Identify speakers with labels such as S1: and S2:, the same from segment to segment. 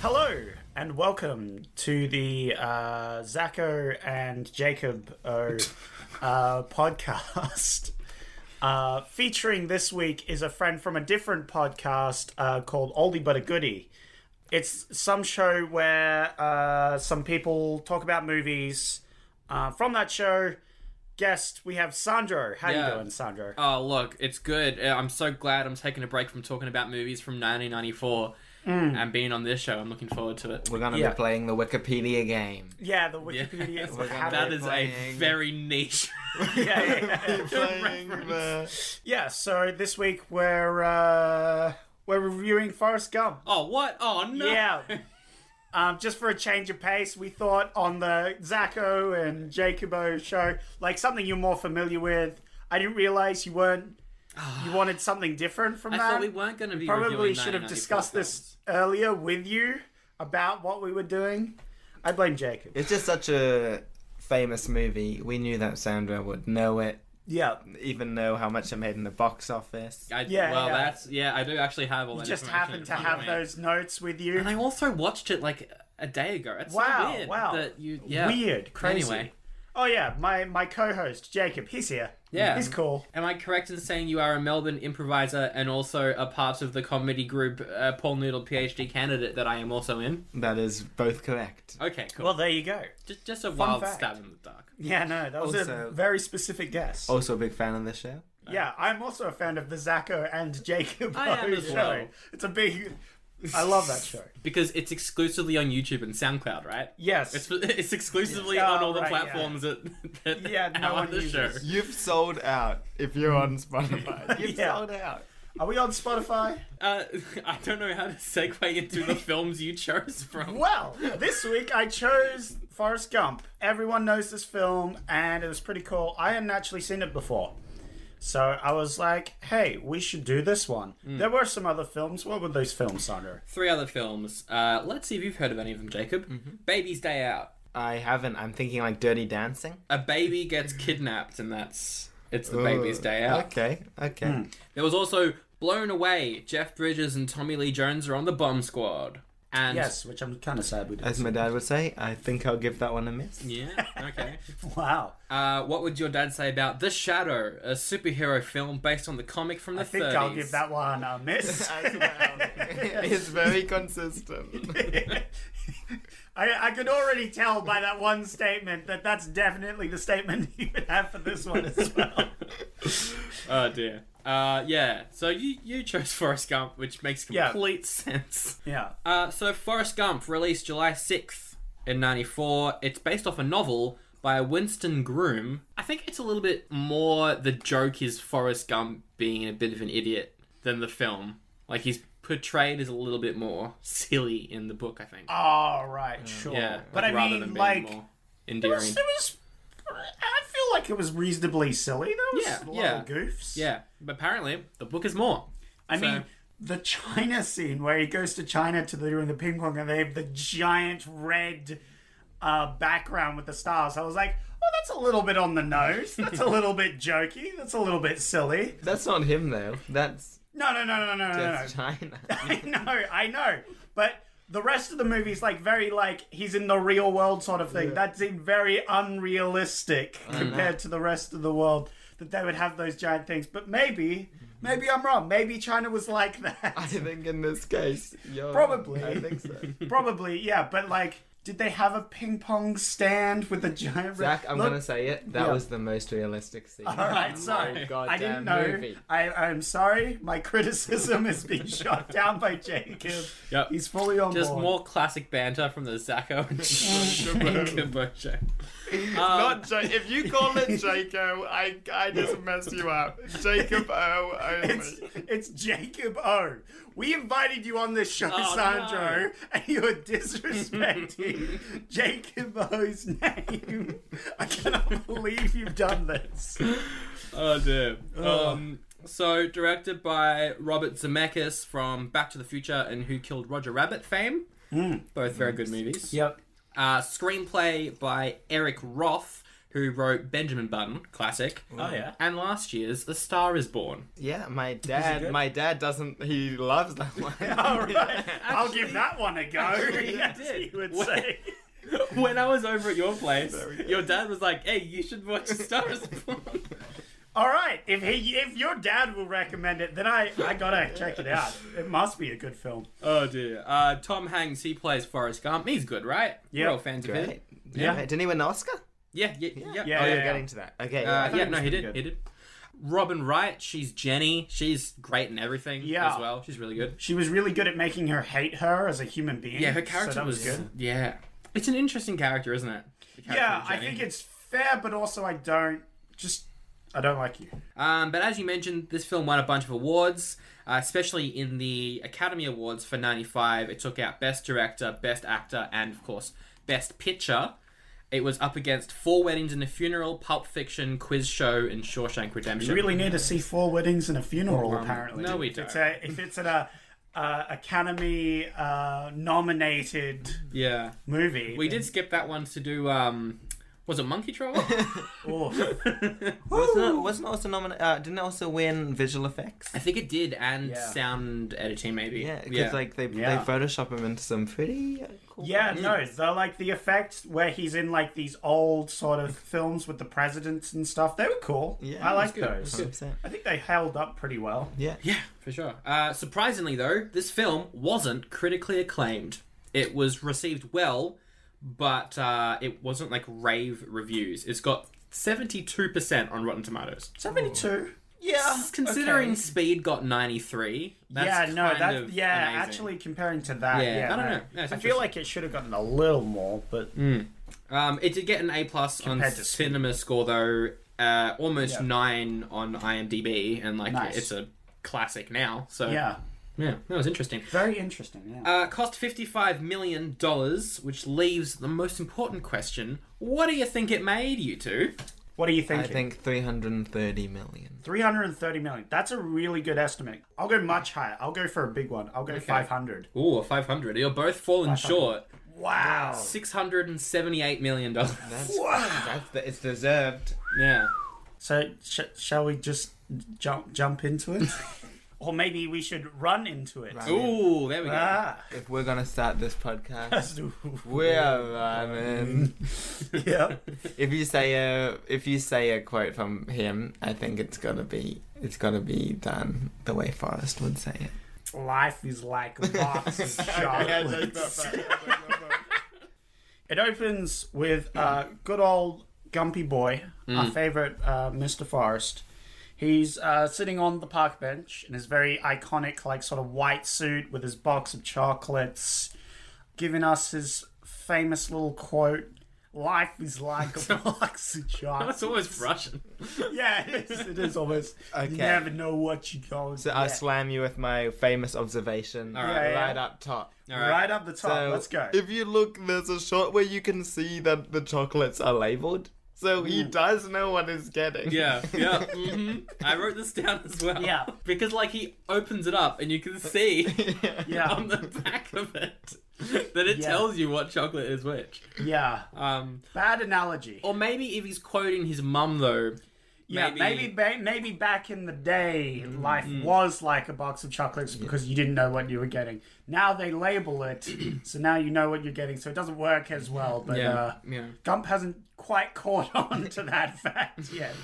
S1: Hello and welcome to the uh, Zacho and Jacob O uh, podcast. Uh, featuring this week is a friend from a different podcast uh, called Oldie But a Goodie. It's some show where uh, some people talk about movies. Uh, from that show, guest we have Sandro. How
S2: Yeah.
S1: you doing, Sandro?
S2: Oh, look, it's good. Uh, I'm so glad I'm taking a break from talking about movies from 1994
S1: Mm.
S2: and being on this show. I'm looking forward to it.
S3: We're gonna
S1: Yeah.
S3: be playing the Wikipedia game.
S1: yeah, the Wikipedia. is
S3: We're gonna
S1: how
S2: Oh That
S1: they-
S2: is a
S3: playing.
S2: very niche.
S1: yeah, yeah, yeah. Yeah, so this week we're uh, we're reviewing Forrest Gump.
S2: oh, what? Oh, no.
S1: Yeah. Um, just for a change of pace, we thought on the Zacho and Jacobo show, like something you're more familiar with. I didn't realize you weren't. You wanted something different from
S2: I
S1: that.
S2: thought we weren't going to be
S1: Probably
S2: reviewing
S1: should have
S2: 1994
S1: discussed this
S2: films.
S1: earlier with you about what we were doing. I blame Jacob.
S3: It's just such a famous movie. We knew that Sandra would know it,
S1: Yeah,
S3: even know how much it made in the box office.
S2: I,
S1: Yeah,
S2: well,
S1: yeah.
S2: that's yeah. I do actually have all that.
S1: just
S2: information
S1: happened
S2: in
S1: to
S2: front
S1: have
S2: of me.
S1: those notes with you.
S2: And I also watched it like a day ago. It's
S1: Wow,
S2: so weird
S1: wow.
S2: that you yeah.
S1: Weird, crazy.
S2: Anyway,
S1: Oh yeah, my my co-host Jacob, he's here.
S2: yeah.
S1: he's cool.
S2: Am I correct in saying you are a Melbourne improviser and also a part of the comedy group uh, Paul Noodle PhD candidate that I am also in?
S3: That is both correct.
S2: Okay, cool.
S1: Well, there you go.
S2: just, just a wild
S1: fact.
S2: stab in the dark.
S1: Yeah, no, that was a
S3: Also- Oh.
S1: very specific guess.
S3: Also a big fan of this show.
S1: Yeah, I'm also a fan of the Zacco and Jacob
S2: I am
S1: Bow
S2: as
S1: show.
S2: well.
S1: It's a big. I love that show.
S2: Because it's exclusively on YouTube and SoundCloud, right?
S1: Yes.
S2: It's, it's exclusively
S1: Yeah.
S2: on
S1: Oh,
S2: all the
S1: right, yeah.
S2: platforms that, that
S1: Yeah, no
S2: are
S1: one
S2: on the show.
S1: uses.
S3: You've sold out. If you're on Spotify, you've
S1: Yeah.
S3: sold out.
S1: Are we on Spotify?
S2: Uh, I don't know how to segue into the films you chose from.
S1: Well, this week I chose Forrest Gump. Everyone knows this film, and it was pretty cool. I hadn't actually seen it before. So I was like, hey, we should do this one.
S2: Hmm.
S1: There were some other films. What were those films, Sandra?
S2: Three other films. Uh, let's see if you've heard of any of them, Jacob.
S1: Mm-hmm.
S2: Baby's Day Out.
S3: I haven't. I'm thinking like Dirty Dancing.
S2: A baby gets
S1: Mm-hmm.
S2: kidnapped, and that's it's the baby's day out.
S3: Okay, okay.
S1: Hmm.
S2: There was also Blown Away. Jeff Bridges and Tommy Lee Jones are on the bomb squad. And
S1: Yes, which I'm kind of sad we didn't.
S3: As my dad would say, I think I'll give that one a miss.
S2: Yeah. Okay.
S1: Wow.
S2: Uh, what would your dad say about The Shadow, a superhero film based on the comic from the
S1: I think
S2: 30s?
S1: I'll give that one a miss.
S3: it's very consistent.
S1: I, I could already tell by that one statement that that's definitely the statement you would have for this one as well.
S2: Oh dear. Uh, yeah. So you you chose Forrest Gump, which makes
S1: Yeah.
S2: complete sense.
S1: yeah.
S2: Uh, so Forrest Gump released July sixth in '94. It's based off a novel by Winston Groom. I think it's a little bit more the joke is Forrest Gump being a bit of an idiot than the film. Like he's portrayed as a little bit more silly in the book. I think.
S1: All right, sure.
S2: yeah.
S1: Oh, but
S2: like,
S1: I
S2: rather
S1: mean,
S2: than being
S1: like,
S2: more
S1: it
S2: endearing.
S1: was, it was. I feel like it was reasonably silly. There was
S2: Yeah,
S1: a lot
S2: yeah.
S1: of goofs.
S2: Yeah, but apparently the book is more.
S1: I
S2: So-
S1: mean, the China scene where he goes to China to the, doing the ping pong and they have the giant red uh, background with the stars. I was like, oh, that's a little bit on the nose. That's a little bit jokey. That's a little bit silly.
S3: That's not him though. That's
S1: No, no, no, no, no, no, no, no.
S3: that's China.
S1: I know, I know. But the rest of the movie's like very like he's in the real world sort of thing. That seemed very unrealistic compared to the rest of the world that they would have those giant things. But maybe, maybe I'm wrong. Maybe China was like
S3: I
S1: that.
S3: think in this case, you're
S1: Probably.
S3: I think so.
S1: Probably, yeah. But like, did they have a ping pong stand with a giant?
S3: Zach, I'm
S1: Look-
S3: gonna say it. That
S1: Yeah.
S3: was the most realistic scene. Oh,
S1: All right, sorry. I didn't
S3: goddamn
S1: know.
S3: movie.
S1: I, I'm sorry. My criticism has been shot down by Jacob.
S2: Yep.
S1: He's fully on
S2: Just
S1: board.
S2: more classic banter from the Zacco and Jacobo show.
S4: Not
S1: Um,
S4: ja- if you call it Jaco, I I just mess you up. Jacob O only.
S1: It's, it's Jacob O. We invited you on this show,
S2: Oh,
S1: Sandro,
S2: no.
S1: and you're disrespecting Jacob O's name. I cannot believe you've done this.
S2: Oh dear. Um, so directed by Robert Zemeckis from Back to the Future and Who Killed Roger Rabbit fame. Both very good movies.
S3: Yep.
S2: Uh, screenplay by Eric Roth, who wrote Benjamin Button, classic.
S1: Oh, yeah.
S2: And last year's A Star Is Born.
S3: Yeah, my dad. My dad doesn't. He loves that one.
S1: All right. I'll give that one a go.
S2: actually, you
S1: yes,
S2: did.
S1: you would
S2: Well-
S1: say.
S2: when I was over at your place, your dad was like, "Hey, you should watch A Star Is Born."
S1: All right. If he, if your dad will recommend it, then I, I gotta check it out. It must be a good film.
S2: oh dear. Uh, Tom Hanks, he plays Forrest Gump. He's good, right?
S1: Yeah.
S2: We're all fans of him.
S3: Right? Yeah. Didn't he win an Oscar?
S2: Yeah, yeah, yeah.
S1: Yeah.
S3: oh, you're getting to that. Okay.
S2: Uh,
S1: it
S2: yeah,
S1: was
S2: no, he
S1: pretty
S2: did.
S1: good.
S2: He did. Robin Wright, she's Jenny. She's great in everything
S1: Yeah.
S2: as well. She's really good.
S1: She was really good at making her hate her as a human being.
S2: Yeah, her
S1: so
S2: character
S1: that was,
S2: was
S1: good.
S2: Yeah, it's an interesting character, isn't it? The character
S1: Yeah,
S2: of
S1: I
S2: Jenny.
S1: think it's fair, but also I don't just I don't like you.
S2: Um, but as you mentioned, this film won a bunch of awards, uh, especially in the Academy Awards for '95. It took out Best Director, Best Actor, and of course Best Picture. It was up against Four Weddings and a Funeral, Pulp Fiction, Quiz Show, and Shawshank
S1: You
S2: Redemption.
S1: really need to see four weddings and a funeral, apparently.
S2: Um, no, we
S1: If it's,
S2: don't.
S1: a, if it's an uh, uh, Academy uh, nominated
S2: Yeah.
S1: movie,
S2: We did skip that one to do. Um, was it Monkey Troll?
S1: oh,
S3: Wasn't it, wasn't it also nominated? Uh, didn't it also win visual effects?
S2: I think it did, and
S1: Yeah.
S2: sound editing maybe.
S3: Yeah, because like they
S1: Yeah.
S3: they Photoshop him into some pretty uh, cool.
S1: yeah,
S2: Hmm.
S1: no, they're like the effects where he's in like these old sort of films with the presidents and stuff. They were cool.
S3: Yeah,
S1: I
S3: it was
S1: like those.
S3: 100%.
S1: I think they held up pretty well.
S3: Yeah.
S2: yeah, for sure. Uh, surprisingly, though, this film wasn't critically acclaimed. It was received well, but uh, it wasn't like rave reviews. It's got seventy-two percent on Rotten Tomatoes.
S1: Seventy-two.
S3: Yeah.
S2: Considering Speed got ninety-three, that's
S1: yeah, no,
S2: kind
S1: that
S2: of
S1: yeah,
S2: amazing.
S1: actually comparing to that,
S2: Yeah,
S1: yeah,
S2: I don't
S1: no.
S2: know. Yeah, it's
S1: I feel
S2: interesting.
S1: like it should have gotten a little more, but
S2: Um, it did get an A plus on
S1: Compared to Speed.
S2: Cinema Score though, uh, almost nine on IMDb, and like
S1: Nice.
S2: it's a classic now. So
S1: yeah,
S2: yeah, that was interesting.
S1: very interesting. Yeah.
S2: Uh, cost fifty-five million dollars, which leaves the most important question: What do you think it made? You two?
S1: what do you think?
S3: I think 330 million.
S1: 330 million. That's a really good estimate. I'll go much higher. I'll go for a big one. I'll go 500.
S2: Ooh, a five hundred. You're both falling short.
S1: Wow.
S2: Six hundred and seventy-eight million dollars.
S3: That's, that's the, it's deserved.
S2: yeah.
S1: So sh- shall we just jump jump into it? or maybe we should run into it.
S2: Ooh, there we go.
S1: Ah.
S3: If we're gonna start this podcast, we're running.
S1: yeah.
S3: If you say a if you say a quote from him, I think it's gotta be it's gotta be done the way Forrest would say it.
S1: Life is like lots of chocolates. It opens with uh, good old Gumpy Boy, our
S3: Mm.
S1: favorite uh, Mr. Forrest. He's uh, sitting on the park bench in his very iconic, like, sort of white suit with his box of chocolates, giving us his famous little quote Life is like a box of chocolates.
S2: That's almost Russian.
S1: yeah, it is, it is almost.
S3: Okay.
S1: You never know what you're going
S3: So
S1: to
S3: I
S1: get.
S3: slam you with my famous observation
S2: right.
S1: Yeah,
S3: right
S1: yeah.
S3: up top.
S2: right.
S1: Right up the top.
S3: So
S1: Let's go.
S3: If you look, there's a shot where you can see that the chocolates are labeled. So he does know what he's getting.
S2: Yeah, yeah. hmm I wrote this down as well.
S1: Yeah.
S2: Because like he opens it up and you can see
S1: yeah.
S2: on the back of it that it
S1: Yeah.
S2: tells you what chocolate is which.
S1: yeah.
S2: Um,
S1: Bad analogy.
S2: or maybe if he's quoting his mum though.
S1: Yeah,
S2: Maybe- Mm-hmm. Mm.
S1: maybe ba- maybe back in the day, life was like a box of chocolates because you didn't know what you were getting. Now they label it, so now you know what you're getting. So it doesn't work as well. But
S2: Yeah,
S1: uh,
S2: yeah.
S1: Gump hasn't quite caught on to that fact yet.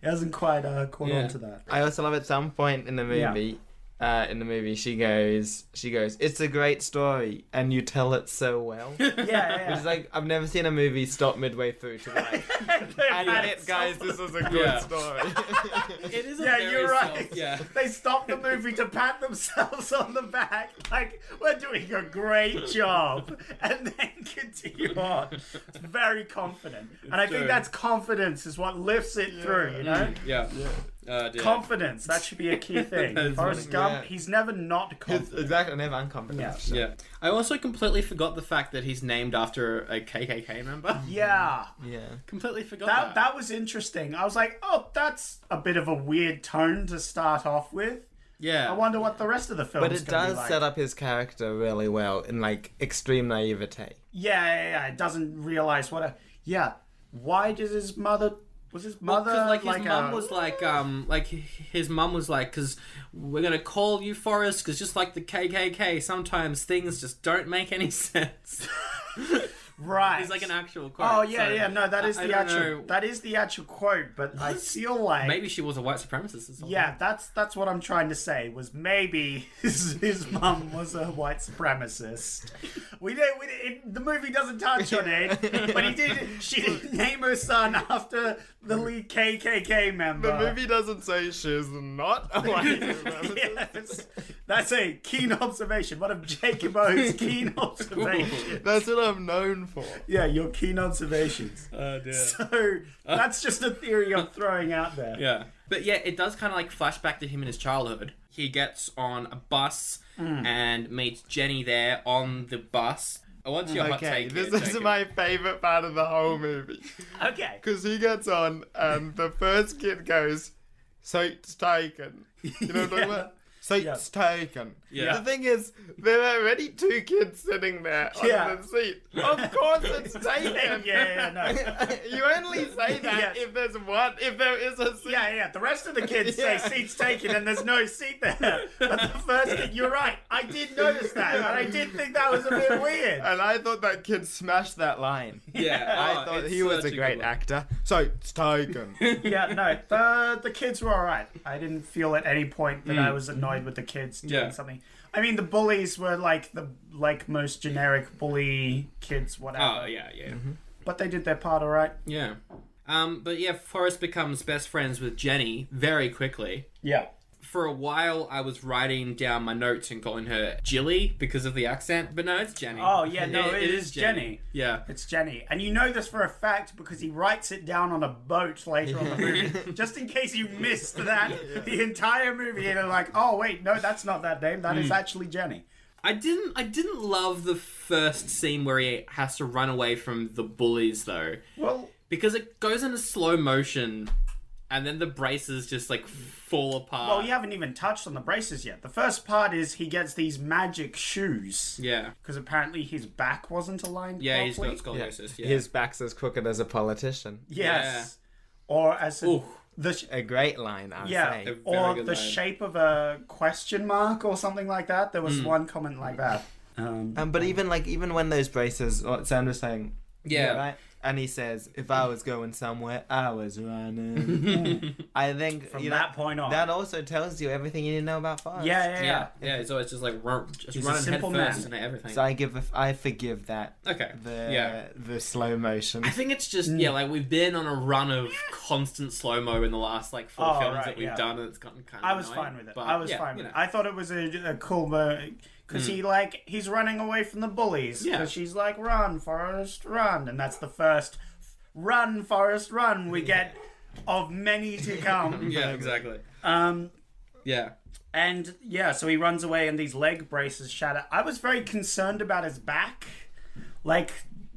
S1: He hasn't quite uh, caught
S2: Yeah.
S1: on to that.
S3: I also love at some point in the movie, uh, in the movie, she goes, she goes, it's a great story, and you tell it so well.
S1: Yeah, yeah.
S3: It's like I've never seen a movie stop midway through to like, and it, guys, this is a good
S2: Yeah.
S3: story.
S2: It is. A
S1: Yeah,
S2: very
S1: you're right.
S2: soft- yeah.
S1: They stopped the movie to pat themselves on the back, like we're doing a great job, and then continue on. It's very confident, and I think
S2: true.
S1: that's confidence is what lifts it through. You know,
S2: Yeah. Uh, dear.
S1: confidence that should be a key thing.
S2: is
S1: Forrest Gump,
S3: Yeah.
S1: he's never not
S3: It's
S1: confident.
S3: exactly, never uncomfortable.
S1: Yeah.
S2: yeah. I also completely forgot the fact that he's named after a KKK member.
S1: Yeah,
S3: yeah.
S2: completely forgot
S1: that that was interesting. I was like, oh, that's a bit of a weird tone to start off with.
S2: yeah.
S1: I wonder what the rest of the film.
S3: But it does
S1: like.
S3: set up his character really well in like extreme naivete.
S1: Yeah, yeah, yeah. It doesn't realize what a. Yeah. Why does his mother. Was his mother.
S2: Because like his mum
S1: a-
S2: was like um like h- his mum was like because we're gonna call you Forrest because just like the KKK sometimes things just don't make any sense.
S1: Right.
S2: He's like an actual quote.
S1: Oh, yeah,
S2: so
S1: yeah. No, that is
S2: I- I
S1: the
S2: don't
S1: actual.
S2: know.
S1: That is the actual quote, but I feel like.
S2: Maybe she was a white supremacist or something.
S1: Yeah, that's that's what I'm trying to say. Was maybe his, his mum was a white supremacist. We don't. We, it, the movie doesn't touch on it, but he did. She did name her son after the lead KKK member.
S4: The movie doesn't say she's not a white supremacist.
S1: yes. That's a keen observation. One of Jacob O's keen observations.
S4: That's what I'm known for.
S1: Yeah, your keen observations.
S2: Oh dear.
S1: So that's just a theory I'm throwing out there.
S2: Yeah. But yeah, it does kind of like flash back to him in his childhood. He gets on a bus and meets Jenny there on the bus. Oh, What's your hot
S4: Okay,
S2: take?
S4: this
S2: here,
S4: is
S2: Jacob?
S4: my favorite part of the whole movie.
S1: Okay.
S4: Because he gets on, and the first kid goes, Seat's taken. You know what I'm talking about? Seat's taken.
S2: Yeah.
S4: The thing is, there are already two kids sitting there on
S1: Yeah.
S4: the seat. Of course it's taken.
S1: Yeah, yeah, yeah, no.
S4: You only say that
S1: Yeah.
S4: if there's one, if there is a seat.
S1: Yeah, yeah. The rest of the kids
S4: Yeah.
S1: say seats taken and there's no seat there. But the first kid, you're right. I did notice that. And I did think that was a bit weird.
S4: And I thought that kid smashed that line.
S2: Yeah,
S4: I
S2: oh,
S4: thought
S2: it's
S4: he was
S2: such
S4: a great
S2: good one.
S4: actor. So it's taken.
S1: Yeah, no. The the kids were all right. I didn't feel at any point that I was annoyed with the kids doing
S2: Mm. Yeah.
S1: something. I mean, the bullies were like the like most generic bully kids, whatever.
S2: Oh yeah, yeah.
S1: But they did their part all right.
S2: Yeah. Um, but yeah, Forrest becomes best friends with Jenny very quickly.
S1: Yeah.
S2: For a while, I was writing down my notes and calling her Jilly because of the accent, but no, it's Jenny.
S1: Oh, yeah, no, it is Jenny.
S2: Yeah.
S1: It's Jenny, and you know this for a fact because he writes it down on a boat later on in the movie, just in case you missed that the entire movie and are like, oh wait, no, that's not that name. That is
S2: Hmm.
S1: actually Jenny.
S2: I didn't. I didn't love the first scene where he has to run away from the bullies though,
S1: Well,
S2: because it goes into slow motion, and then the braces just like fall apart.
S1: well, you haven't even touched on the braces yet. The first part is he gets these magic shoes.
S2: Yeah.
S1: because apparently his back wasn't aligned.
S2: Yeah, he's
S1: properly.
S2: got scoliosis. Yeah.
S3: His back's as crooked as a politician.
S1: Yes, or as a,
S2: Ooh.
S1: the sh-
S3: A great line, I
S1: yeah,
S3: say.
S1: or the
S2: good line.
S1: shape of a question mark or something like that. There was one comment like that. Um,
S3: Um, but even like even when those braces, what Sam was saying,
S2: Yeah.
S3: right. And he says, "If I was going somewhere, I was running." I think
S1: From
S3: you know,
S1: that point on,
S3: that also tells you everything you need to know about Forrest.
S1: yeah, yeah,
S2: yeah,
S1: yeah.
S2: yeah, It's always just like run, just
S1: He's a
S2: running head
S1: simple
S2: first
S1: man.
S2: and everything.
S3: So I give, a f I forgive that.
S2: Okay.
S3: The
S2: Yeah.
S3: the slow motion.
S2: I think it's just yeah,
S1: Mm.
S2: like we've been on a run of constant slow mo in the last like four
S1: Oh,
S2: films
S1: right,
S2: that we've
S1: yeah.
S2: done, and it's gotten kind of.
S1: I was fine with it. I was fine with it.
S2: I,
S1: I thought it was a, a cool moment because he like he's running away from the bullies.
S2: Yeah.
S1: Because she's like, "Run, Forrest, run!" And that's the first "Run, Forrest, run" we get of many to come.
S2: yeah, exactly.
S1: Um,
S2: Yeah,
S1: and yeah, so he runs away, and these leg braces shatter. I was very concerned about his back. Like,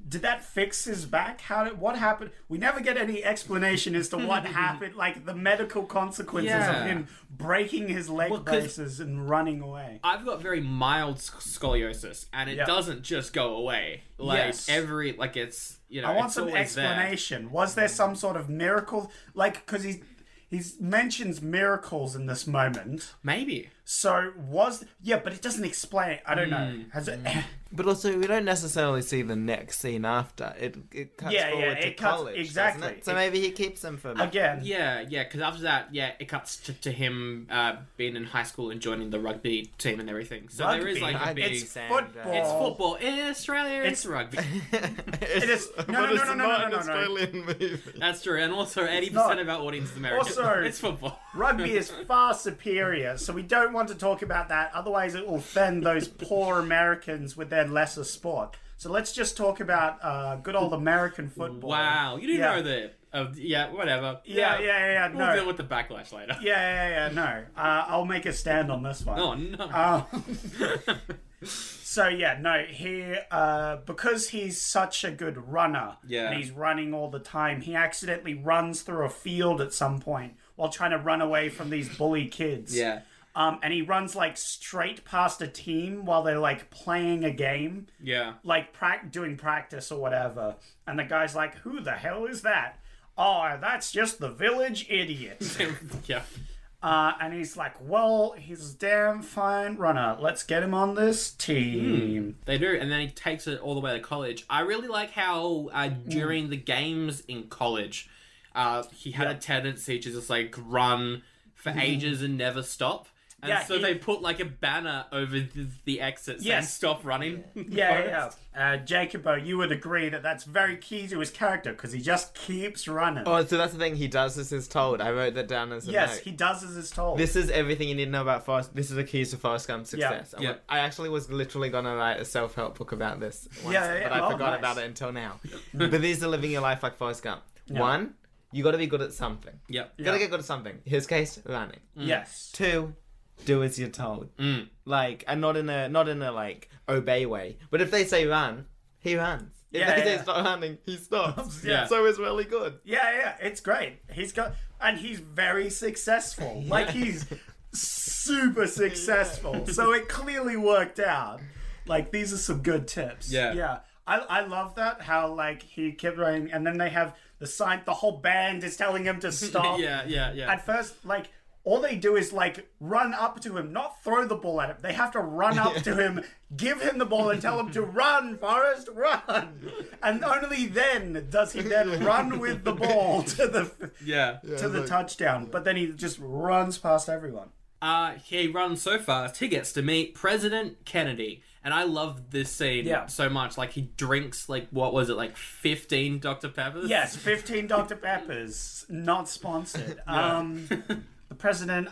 S1: did that fix his back? How did what happened? We never get any explanation as to what happened, like the medical consequences
S2: Yeah.
S1: of him breaking his leg
S2: 'cause-
S1: braces and running away.
S2: I've got very mild sc- scoliosis, and it
S1: Yeah.
S2: doesn't just go away. Like
S1: Yes.
S2: every like it's you know.
S1: I want
S2: it's
S1: some
S2: always there.
S1: explanation. Was there some sort of miracle? Like, because he he mentions miracles in this moment.
S2: Maybe.
S1: So was yeah, but it doesn't explain. I don't know.
S2: Mm.
S1: Has it?
S3: But also, we don't necessarily see the next scene after. It it cuts
S1: Yeah, yeah,
S3: forward to
S1: it cuts-
S3: college,
S1: exactly.
S3: doesn't it? So
S1: It-
S3: maybe he keeps them for
S1: Again,
S2: Yeah, yeah, because after that, yeah, it cuts to, to him uh, being in high school and joining the rugby team and everything. So there
S1: Rugby?
S2: is like a
S3: Rugby.
S2: big.
S1: it's
S2: It's,
S3: Sand,
S1: football.
S3: uh,
S2: football in Australia.
S1: It's-
S2: It's, rugby.
S1: It is no, no, no,
S4: But it's
S1: no, no,
S4: not
S1: no, no, no,
S4: an
S1: no.
S4: Australian movie.
S2: That's true. And also, eighty
S1: not.
S2: percent of our audience is American.
S1: Also-
S2: it's football.
S1: Rugby is far superior, so we don't want to talk about that. Otherwise, it will offend those poor Americans with their lesser sport. So let's just talk about uh, good old American football.
S2: Wow, you didn't
S1: Yeah.
S2: know that. Uh, yeah, whatever.
S1: Yeah, yeah, yeah, yeah,
S2: We'll
S1: no.
S2: deal with the backlash later.
S1: Yeah, yeah, yeah. No, uh, I'll make a stand on this one.
S2: Oh no.
S1: Uh, So yeah, no, he uh, because he's such a good runner,
S2: Yeah.
S1: and he's running all the time. He accidentally runs through a field at some point while trying to run away from these bully kids.
S2: yeah.
S1: Um, and he runs like straight past a team while they're like playing a game,
S2: Yeah.
S1: like prac doing practice or whatever. And the guy's like, "Who the hell is that?" Oh, that's just the village idiot.
S2: yeah.
S1: uh, and he's like, "Well, he's a damn fine runner. Let's get him on this team."
S2: They do, and then he takes it all the way to college. I really like how uh,
S1: Mm.
S2: during the games in college, uh, he had a tendency to just like run for ages and never stop.
S1: Mm-hmm.
S2: And
S1: Yeah,
S2: so
S1: he-
S2: they put like a banner over the, the exit saying
S1: Yes.
S2: "Stop running."
S1: Yeah, yeah. yeah. Uh, Jacobo, you would agree that that's very key to his character because he just keeps running.
S3: Oh, so that's the thing. He does as he's told. I wrote that down as a
S1: yes,
S3: note.
S1: he does as he's told.
S3: This is everything you need to know about Forrest. This is the keys to Forrest Gump's
S1: Yeah.
S3: success. I'm
S2: Yeah.
S3: like- I actually was literally gonna write a self-help book about this. Once,
S1: Yeah, yeah,
S3: but I
S1: oh,
S3: forgot
S1: nice.
S3: about it until now. but these are living your life like Forrest Gump. One, you got to be good at something.
S2: Yep.
S3: You gotta get good at something. His case, running.
S1: Mm. yes.
S3: Two, do as you're told. Like, and not in a not in a like obey way. But if they say run, he runs. If
S1: Yeah,
S3: they
S1: yeah.
S3: say stop running, he stops.
S2: Yeah.
S3: So it's really good.
S1: Yeah, yeah, it's great. He's got, and he's very successful. Like he's super successful. So it clearly worked out. Like these are some good tips.
S2: Yeah.
S1: yeah. I, I love that how like he kept running, and then they have the sign. The whole band is telling him to stop.
S2: yeah, yeah, yeah.
S1: At first, like all they do is like run up to him, not throw the ball at him. They have to run up to him, give him the ball, and tell him to run, Forrest, run. And only then does he then run with the ball to the
S2: yeah.
S1: to the touchdown. But then he just runs past everyone.
S2: Uh, he runs so fast, he gets to meet President Kennedy. And I love this scene
S1: Yeah.
S2: so much. Like, he drinks, like, what was it, like 15 Dr. Peppers?
S1: Yes, fifteen Dr Peppers, not sponsored. Um, the president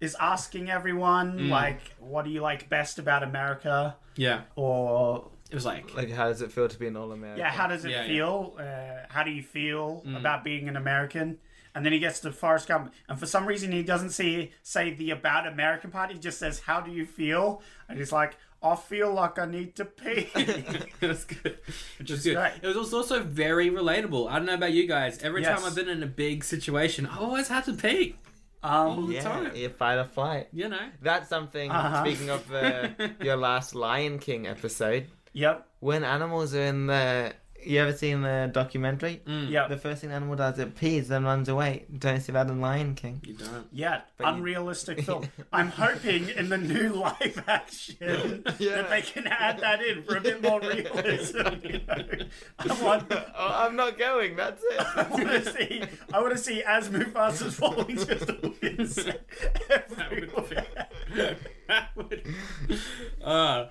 S1: is asking everyone like, "What do you like best about America?"
S2: Yeah.
S1: Or
S2: It was like,
S3: Like, how does it feel to be an all-American?
S1: Yeah, how does it
S2: Yeah, Mm. yeah.
S1: feel? Uh, how do you feel about being an American? And then he gets to Forrest Gump, and for some reason he doesn't see, say the about American part. He just says, "How do you feel?" And he's like, "I feel like I need to pee."
S2: it was good. It was, good.
S1: great.
S2: It was also very relatable. I don't know about you guys. Every
S1: Yes.
S2: time I've been in a big situation, I've always had to pee.
S1: um,
S3: Yeah, you fight or flight.
S2: You know?
S3: That's something. Speaking of uh, your last Lion King episode,
S1: yep,
S3: when animals are in the, you ever seen the documentary?
S1: yep,
S3: The first thing the animal does, it pees and runs away. Don't see that in Lion King.
S2: You don't.
S1: yeah. Unrealistic film. I'm hoping in the new live action that they can add that in for a bit more realism. You know? I want
S3: Oh, I'm not going. That's it.
S1: I want to see. I want to see as Mufasa's falling just a bit everywhere.
S2: That would- uh,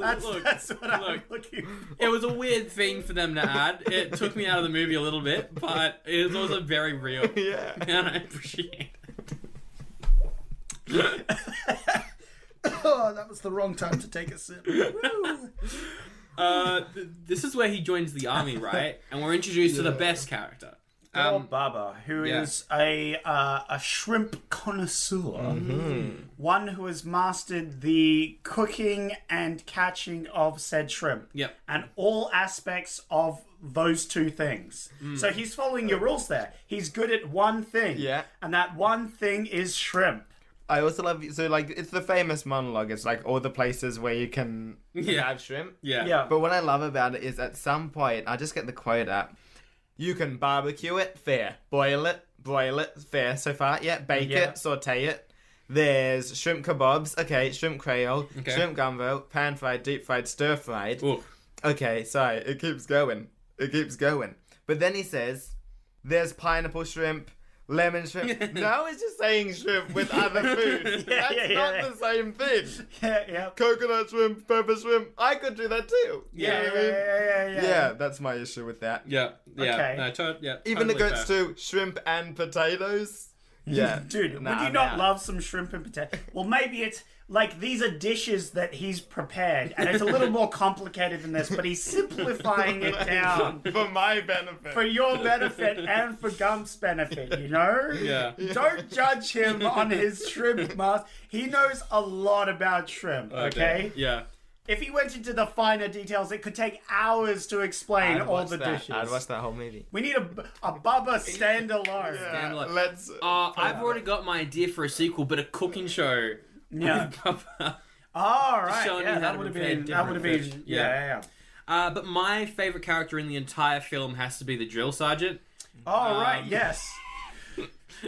S1: That's,
S2: look,
S1: that's what I'm
S2: look.
S1: looking. For.
S2: It was a weird thing for them to add. It took me out of the movie a little bit, but it was also very real.
S3: yeah.
S2: And I appreciate it.
S1: Oh, that was the wrong time to take a sip. Woo.
S2: Uh, th- this is where he joins the army, right? And we're introduced to the best character.
S1: Earl
S3: Um,
S1: Baba, who is
S2: yeah.
S1: a uh, a shrimp connoisseur,
S3: Mm-hmm.
S1: one who has mastered the cooking and catching of said shrimp,
S2: Yep.
S1: and all aspects of those two things.
S3: Mm.
S1: So he's following your rules there. He's good at one thing,
S3: Yeah.
S1: and that one thing is shrimp.
S3: I also love so like it's the famous monologue. It's like all the places where you can
S2: Yeah.
S3: have shrimp.
S2: Yeah.
S1: Yeah,
S3: But what I love about it is at some point I just get the quote up. You can barbecue it, fair. Boil it, broil it, fair. So far, yeah. Bake
S1: Yeah.
S3: it, saute it, There's shrimp kebabs. Okay, shrimp creole,
S2: Okay.
S3: shrimp gumbo, pan fried, deep fried, stir fried.
S2: Ooh.
S3: Okay, sorry, it keeps going. It keeps going. But then he says, there's pineapple shrimp, lemon shrimp. now it's just saying shrimp with other food. That's
S1: yeah,
S3: not
S1: yeah.
S3: the same thing.
S1: Yeah, yeah.
S3: Coconut shrimp, pepper shrimp. I could do that too. You know
S2: Yeah,
S3: what I mean?
S1: yeah, yeah, yeah.
S3: Yeah, that's my issue with that.
S2: Yeah, yeah.
S1: Okay.
S2: No, to- yeah.
S3: Even
S2: totally
S3: it goes
S2: fair.
S3: to shrimp and potatoes. Yeah.
S1: Dude,
S3: Nah,
S1: would you
S3: I'm
S1: not
S3: out.
S1: love some shrimp and potato? Well, maybe it's like these are dishes that he's prepared, and it's a little more complicated than this, but he's simplifying it down
S3: For my benefit.
S1: for your benefit and for Gump's benefit, you know?
S2: Yeah.
S1: Don't judge him on his shrimp mask. He knows a lot about shrimp, okay?
S2: Yeah.
S1: If he went into the finer details, it could take hours to explain all the dishes.
S3: I'd watch that whole movie.
S1: We need a, a Bubba standalone.
S2: And like,
S3: Let's.
S2: uh, I've already got my idea for a sequel, but a cooking show.
S1: Yeah.
S2: uh,
S1: All right.
S2: showing
S1: yeah,
S2: you how
S1: that
S2: to
S1: would have
S2: prepare
S1: been. That would have been.
S2: different fish.
S1: Yeah. yeah, yeah.
S2: Uh, but my favorite character in the entire film has to be the drill sergeant.
S1: All right. Yes.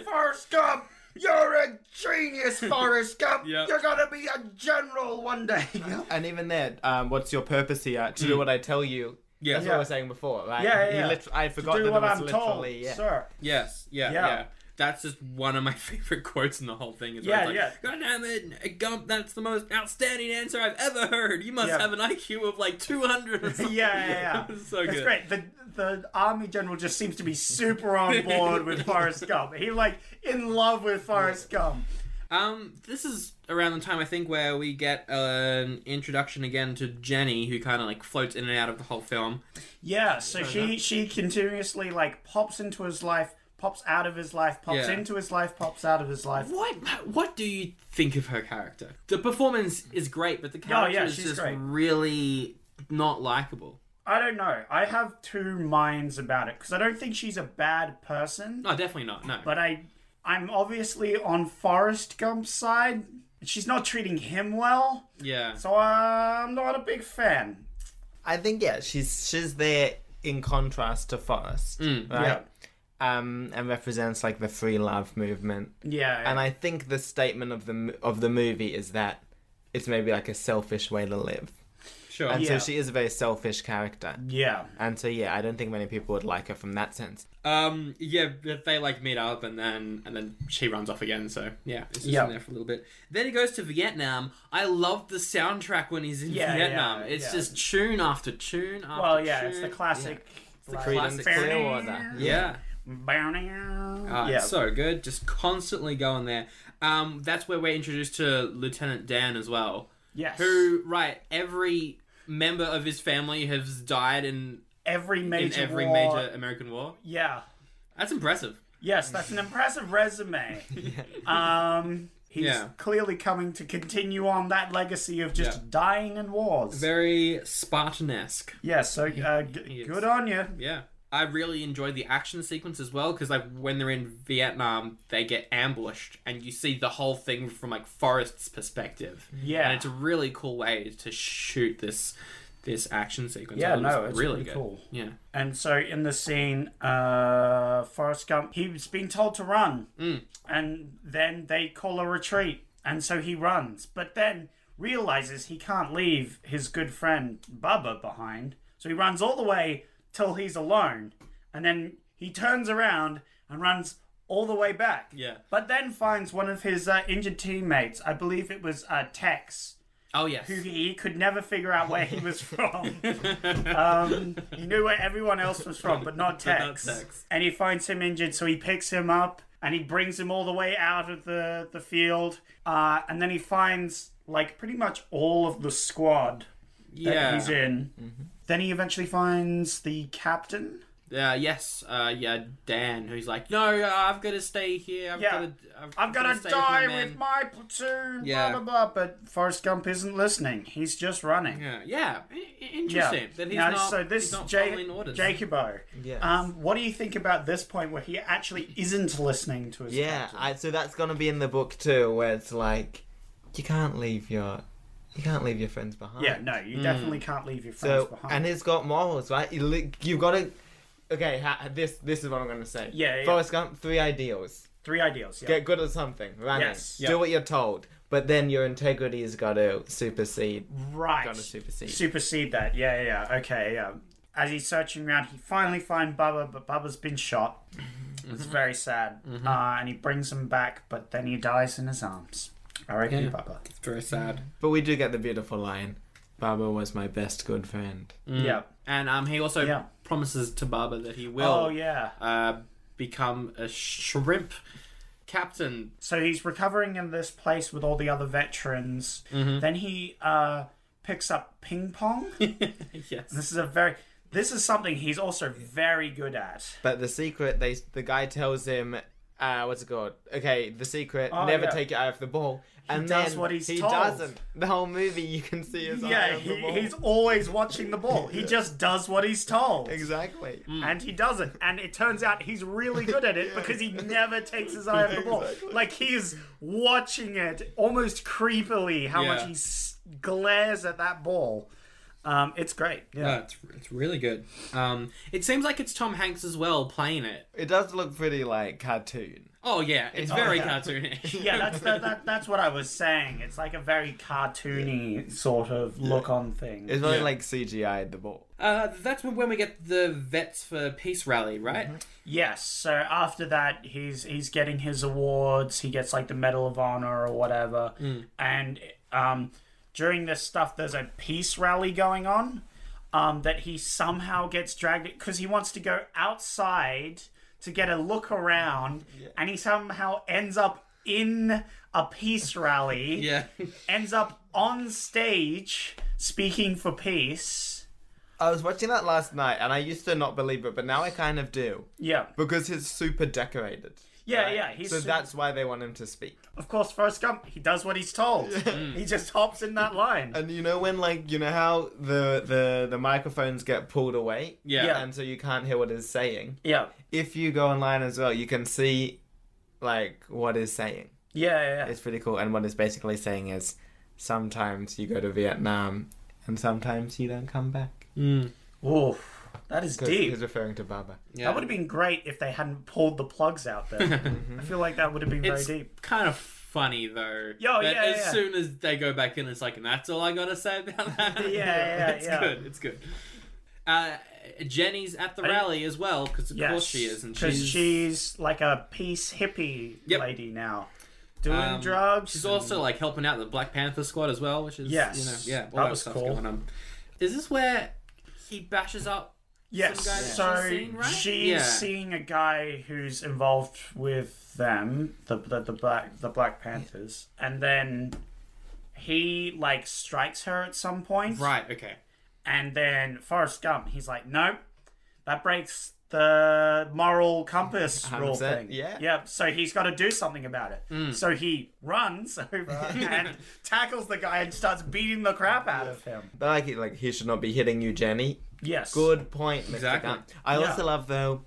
S1: Forrest Gump, you're a genius, Forrest Gump.
S2: Yep.
S1: You're gonna be a general one day. yeah,
S3: And even there, um, what's your purpose here? To do what I tell you.
S2: Yeah.
S3: That's what I was saying before, right?
S1: yeah, yeah.
S3: He lit- I forgot
S1: Do
S3: that
S1: what
S3: there was
S1: I'm told,
S3: literally. yeah.
S1: sir.
S2: Yes. Yeah.
S1: Yeah.
S2: Yeah. That's just one of my favorite quotes in the whole thing. Is
S1: Yeah,
S2: yeah, like,
S1: yeah.
S2: God damn it, Gump! That's the most outstanding answer I've ever heard. You must
S1: Yeah.
S2: have an IQ of like two hundred. or something.
S1: Yeah, yeah, yeah.
S2: It's so
S1: it's
S2: good.
S1: great. The the army general just seems to be super on board with Forrest Gump. He like in love with Forrest Gump.
S2: Um, this is around the time I think where we get an introduction again to Jenny, who kind of like floats in and out of the whole film.
S1: Yeah, so she she continuously like pops into his life, pops out of his life, pops
S2: Yeah.
S1: into his life, pops out of his life.
S2: What what do you think of her character? The performance is great, but the character
S1: Oh, yeah,
S2: is
S1: she's
S2: just
S1: great.
S2: really not likable.
S1: I don't know. I have two minds about it because I don't think she's a bad person,
S2: No, definitely not. No.
S1: but I I'm obviously on Forrest Gump's side. She's not treating him well,
S2: yeah.
S1: so I'm not a big fan.
S3: I think yeah, she's she's there in contrast to Forrest, right? Um, and represents like the free love movement.
S1: Yeah,
S3: And I think the statement of the m- of the movie is that it's maybe like a selfish way to live,
S2: sure.
S3: and
S1: Yeah.
S3: so she is a very selfish character.
S1: yeah.
S3: And so yeah, I don't think many people would like her from that sense.
S2: Um. Yeah. but They like meet up, and then and then she runs off again. So yeah, it's just
S1: Yeah.
S2: in there for a little bit. Then he goes to Vietnam. I love the soundtrack when he's in
S1: Yeah,
S2: Vietnam.
S1: yeah,
S2: it's
S1: yeah.
S2: just tune after tune after.
S1: Well, yeah, it's the
S2: tune.
S1: classic.
S3: The
S1: like,
S3: Creedence
S2: classic.
S3: Clearwater.
S2: Yeah. Ah,
S1: Yeah.
S2: it's so good. Just constantly going there. Um, that's where we're introduced to Lieutenant Dan as well.
S1: Yes.
S2: Who, right, every member of his family has died in,
S1: every
S2: in
S1: major
S2: every
S1: war-
S2: major American war.
S1: Yeah.
S2: That's impressive.
S1: Yes, that's an impressive resume. Um, he's
S2: Yeah.
S1: clearly coming to continue on that legacy of just
S2: Yeah.
S1: dying in wars.
S2: Very Spartan esque.
S1: yeah, so uh, g-
S2: Yes.
S1: good on you.
S2: Yeah. I really enjoyed the action sequence as well because, like, when they're in Vietnam, they get ambushed and you see the whole thing from, like, Forrest's perspective.
S1: Yeah.
S2: And it's a really cool way to shoot this this action sequence.
S1: Yeah,
S2: It was
S1: no, it's really
S2: good.
S1: cool.
S2: Yeah.
S1: And so in the scene, uh, Forrest Gump, he's been told to run. And then they call a retreat. And so he runs. But then realizes he can't leave his good friend Bubba behind. So he runs all the way till he's alone. And then he turns around and runs all the way back.
S2: Yeah.
S1: But then finds one of his uh, injured teammates. I believe it was uh, Tex
S2: Oh, yes.
S1: who he E could never figure out where he was from. um, he knew where everyone else was from, but not
S2: But not
S1: Tex.
S2: Tex.
S1: And he finds him injured, so he picks him up and he brings him all the way out of the, the field. Uh, and then he finds, like, pretty much all of the squad that
S2: yeah.
S1: he's in. Then he eventually finds the captain.
S2: Uh, yes, uh, yeah, Dan, who's like, no, uh, I've got to stay here. I've
S1: Yeah.
S2: got to.
S1: I've got to die with my platoon,
S2: Yeah.
S1: blah, blah, blah. But Forrest Gump isn't listening. He's just running.
S2: Yeah, yeah, I- I- interesting. That he's
S1: Now,
S2: not.
S1: so this
S2: he's not
S1: Ja-
S2: following orders.
S1: Jacobo.
S3: Yes.
S1: Um, what do you think about this point where he actually isn't listening to his
S3: Yeah,
S1: captain?
S3: I, so that's gonna be in the book too, where it's like you can't leave your you can't leave your friends behind.
S1: yeah, no,
S2: Hmm.
S1: you definitely can't leave your friends
S3: So
S1: behind.
S3: and it's got morals, right? You, li- you've got to. Okay, ha, this this is what I'm gonna say.
S1: Yeah, yeah.
S3: Forrest Gump, three ideals.
S1: Three ideals. Yeah.
S3: Get good at something. Run
S1: Yes.
S3: it. Do what you're told. But then your integrity has got to supersede.
S1: right.
S3: Gotta supersede.
S1: Supersede that. Yeah, yeah, yeah. Okay, yeah. As he's searching around, he finally finds Bubba, but Bubba's been shot. It's
S2: Mm-hmm.
S1: very sad. Uh, and he brings him back, but then he dies in his arms. R.I.P. Bubba.
S2: It's very sad.
S3: But we do get the beautiful line. Baba was my best good friend.
S1: Yeah.
S2: And um, he also
S1: Yeah.
S2: promises to Baba that he will
S1: Oh, yeah.
S2: uh, become a shrimp captain.
S1: So he's recovering in this place with all the other veterans.
S2: Mm-hmm.
S1: Then he uh, picks up ping pong.
S2: Yes.
S1: this is a very. This is something he's also very good at.
S3: But the secret, they the guy tells him, uh, what's it called? Okay, the secret,
S1: Oh,
S3: never
S1: yeah.
S3: take your eye off the ball. and
S1: does
S3: then
S1: what he's
S3: he
S1: told.
S3: doesn't. The whole movie, you can see his eye
S1: Yeah,
S3: on the
S1: he,
S3: ball.
S1: he's always watching the ball. He just does what he's told.
S3: exactly.
S1: And he doesn't. And it turns out he's really good at it because he never takes his eye off the ball. Like he is watching it almost creepily how much
S2: Yeah.
S1: he s- glares at that ball. Um, it's great. Yeah.
S2: Yeah, Uh, it's, it's really good. Um, it seems like it's Tom Hanks as well playing it.
S3: It does look pretty like cartoon.
S2: Oh yeah, it's very cartoonish.
S1: Yeah, that's that, that, that's what I was saying. It's like a very cartoony sort of look on thing.
S3: It's really like CGI the ball.
S2: Uh, that's when when we get the vets for peace rally, right?
S1: Mm-hmm. Yes. So after that, he's he's getting his awards. He gets like the Medal of Honor or whatever. And um, during this stuff, there's a peace rally going on. Um, that he somehow gets dragged because he wants to go outside to get a look around, and he somehow ends up in a peace rally.
S2: Yeah.
S1: Ends up on stage speaking for peace.
S3: I was watching that last night and I used to not believe it, but now I kind of do.
S1: Yeah.
S3: Because he's super decorated.
S1: Yeah, yeah. He's
S3: so
S1: su-
S3: that's why they want him to speak.
S1: Of course, Forrest Gump, he does what he's told. he just hops in that line.
S3: And you know when like you know how the the, the microphones get pulled away?
S2: Yeah.
S1: Yeah.
S3: And so you can't hear what it's saying.
S1: yeah.
S3: If you go online as well, you can see like what it's saying.
S1: Yeah, yeah, yeah.
S3: It's pretty cool. And what it's basically saying is sometimes you go to Vietnam and sometimes you don't come back.
S1: Oof, that is
S3: 'Cause
S1: deep.
S3: He's referring to Baba.
S2: Yeah.
S1: That would have been great if they hadn't pulled the plugs out there.
S3: Mm-hmm.
S1: I feel like that would have been very
S2: It's
S1: deep.
S2: kind of funny though.
S1: Yo,
S2: that
S1: yeah,
S2: As
S1: yeah.
S2: soon as they go back in, it's like, and that's all I gotta say about that.
S1: Yeah, yeah,
S2: it's
S1: yeah.
S2: good. It's good. Uh, Jenny's at the rally as well because of
S1: Yes,
S2: course she is, and
S1: 'cause
S2: she's
S1: she's like a peace hippie
S2: Yep.
S1: lady now, doing
S2: um,
S1: drugs.
S2: She's also like helping out the Black Panther squad as well, which is
S1: Yes.
S2: you know, yeah, all
S1: That
S2: that,
S1: was
S2: stuff's
S1: cool.
S2: going on. Is this where he bashes up?
S1: yes,
S2: some guy that
S1: so
S2: she's seen, right?
S1: she's
S2: Yeah.
S1: seeing a guy who's involved with them, the the, the black the Black Panthers, and then he like strikes her at some point,
S2: Right. Okay.
S1: And then Forrest Gump, he's like, nope, that breaks the moral compass rule
S3: 100%,
S1: thing.
S3: yeah. Mm.
S1: Yep. So he's got to do something about it. So he runs over and tackles the guy and starts beating the crap out of him.
S3: But like, like he should not be hitting you, Jenny.
S1: Yes.
S3: Good point, Mr.
S2: Exactly.
S3: Gunn. I
S1: Yeah.
S3: also love though.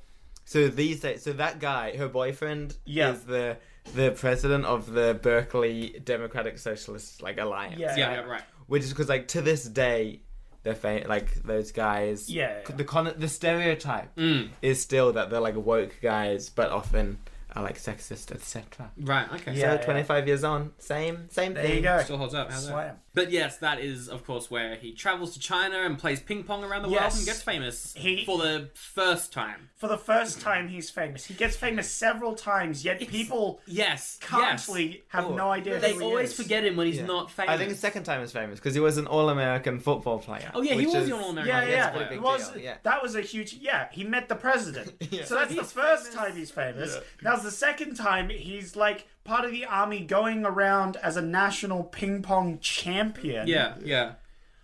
S3: So these days, so that guy, her boyfriend,
S1: Yeah.
S3: is the the president of the Berkeley Democratic Socialist like alliance.
S1: Yeah.
S2: Yeah. yeah right.
S3: Which is because like to this day, they're fam- like those guys.
S1: Yeah, yeah.
S3: The con the stereotype
S2: Mm,
S3: is still that they're like woke guys, but often are like sexist, etc.
S2: Right. Okay.
S1: Yeah,
S3: so
S1: yeah.
S3: 25 years on, same same
S1: There
S3: thing.
S1: you go.
S2: Still holds up. How's
S1: Slam.
S2: that? But yes, that is of course where he travels to China and plays ping pong around the
S1: Yes.
S2: world and gets famous
S1: He-
S2: for the first time.
S1: For the first time, he's famous. He gets famous several times, yet people
S2: Yes. yes.
S1: constantly have
S3: Oh,
S1: no idea.
S2: They
S1: who he
S2: always
S1: is.
S2: forget him when he's
S3: Yeah.
S2: not famous.
S3: I think the second time is famous because he was an All-American football player.
S2: Oh yeah, he
S3: which
S2: was
S3: is-
S2: the All-American.
S1: Yeah,
S2: Football
S1: yeah,
S3: pretty
S2: Player.
S1: it
S3: big
S1: was.
S3: deal, yeah.
S1: That was a huge. Yeah, he met the president. So that's the
S2: He's
S1: first
S2: famous.
S1: time he's famous. Now's the second time he's like part of the army, going around as a national ping pong champion.
S2: Yeah, yeah.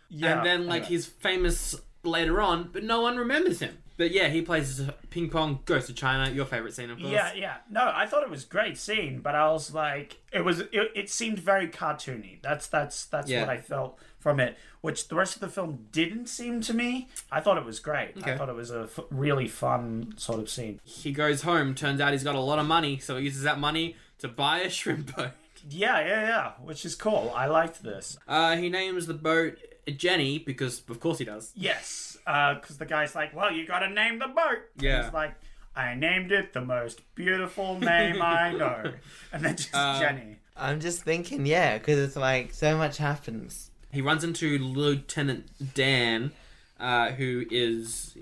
S1: yeah.
S2: And then like he's famous later on, but no one remembers him. But yeah, he plays ping pong, goes to China. Your favorite scene, of course.
S1: Yeah, yeah. No, I thought it was a great scene, but I was like, it was. It, it seemed very cartoony. That's that's that's
S2: Yeah.
S1: what I felt from it. Which the rest of the film didn't seem to me. I thought it was great. I
S2: Okay.
S1: thought it was a f- really fun sort of scene.
S2: He goes home. Turns out he's got a lot of money, so he uses that money to buy a shrimp boat.
S1: Yeah, yeah, yeah. Which is cool. I liked this.
S2: Uh, he names the boat Jenny because, of course, he does.
S1: uh, Yes, because the guy's like, "Well, you got to name the boat." And
S2: Yeah.
S1: he's like, I named it the most beautiful name I know. And then just
S2: Uh,
S1: Jenny.
S3: I'm just thinking, yeah, because it's like so much happens.
S2: He runs into Lieutenant Dan, uh, who is,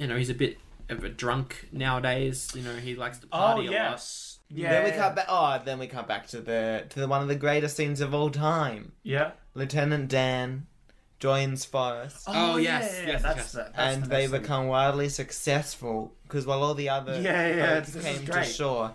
S2: you know, he's a bit of a drunk nowadays. You know, he likes to
S1: Oh,
S2: party a lot.
S1: yes. Yeah.
S3: Then we cut back. Oh, then we cut back to the to the one of the greatest scenes of all time.
S1: Yeah.
S3: Lieutenant Dan joins Forrest,
S2: Oh, yes,
S1: yeah,
S2: yes,
S1: that's
S2: yes.
S1: the- that's
S3: and
S1: the
S3: they
S1: next thing.
S3: become wildly successful because while all the other
S1: Yeah, yeah,
S3: folks
S1: this is
S3: came to
S1: great.
S3: shore,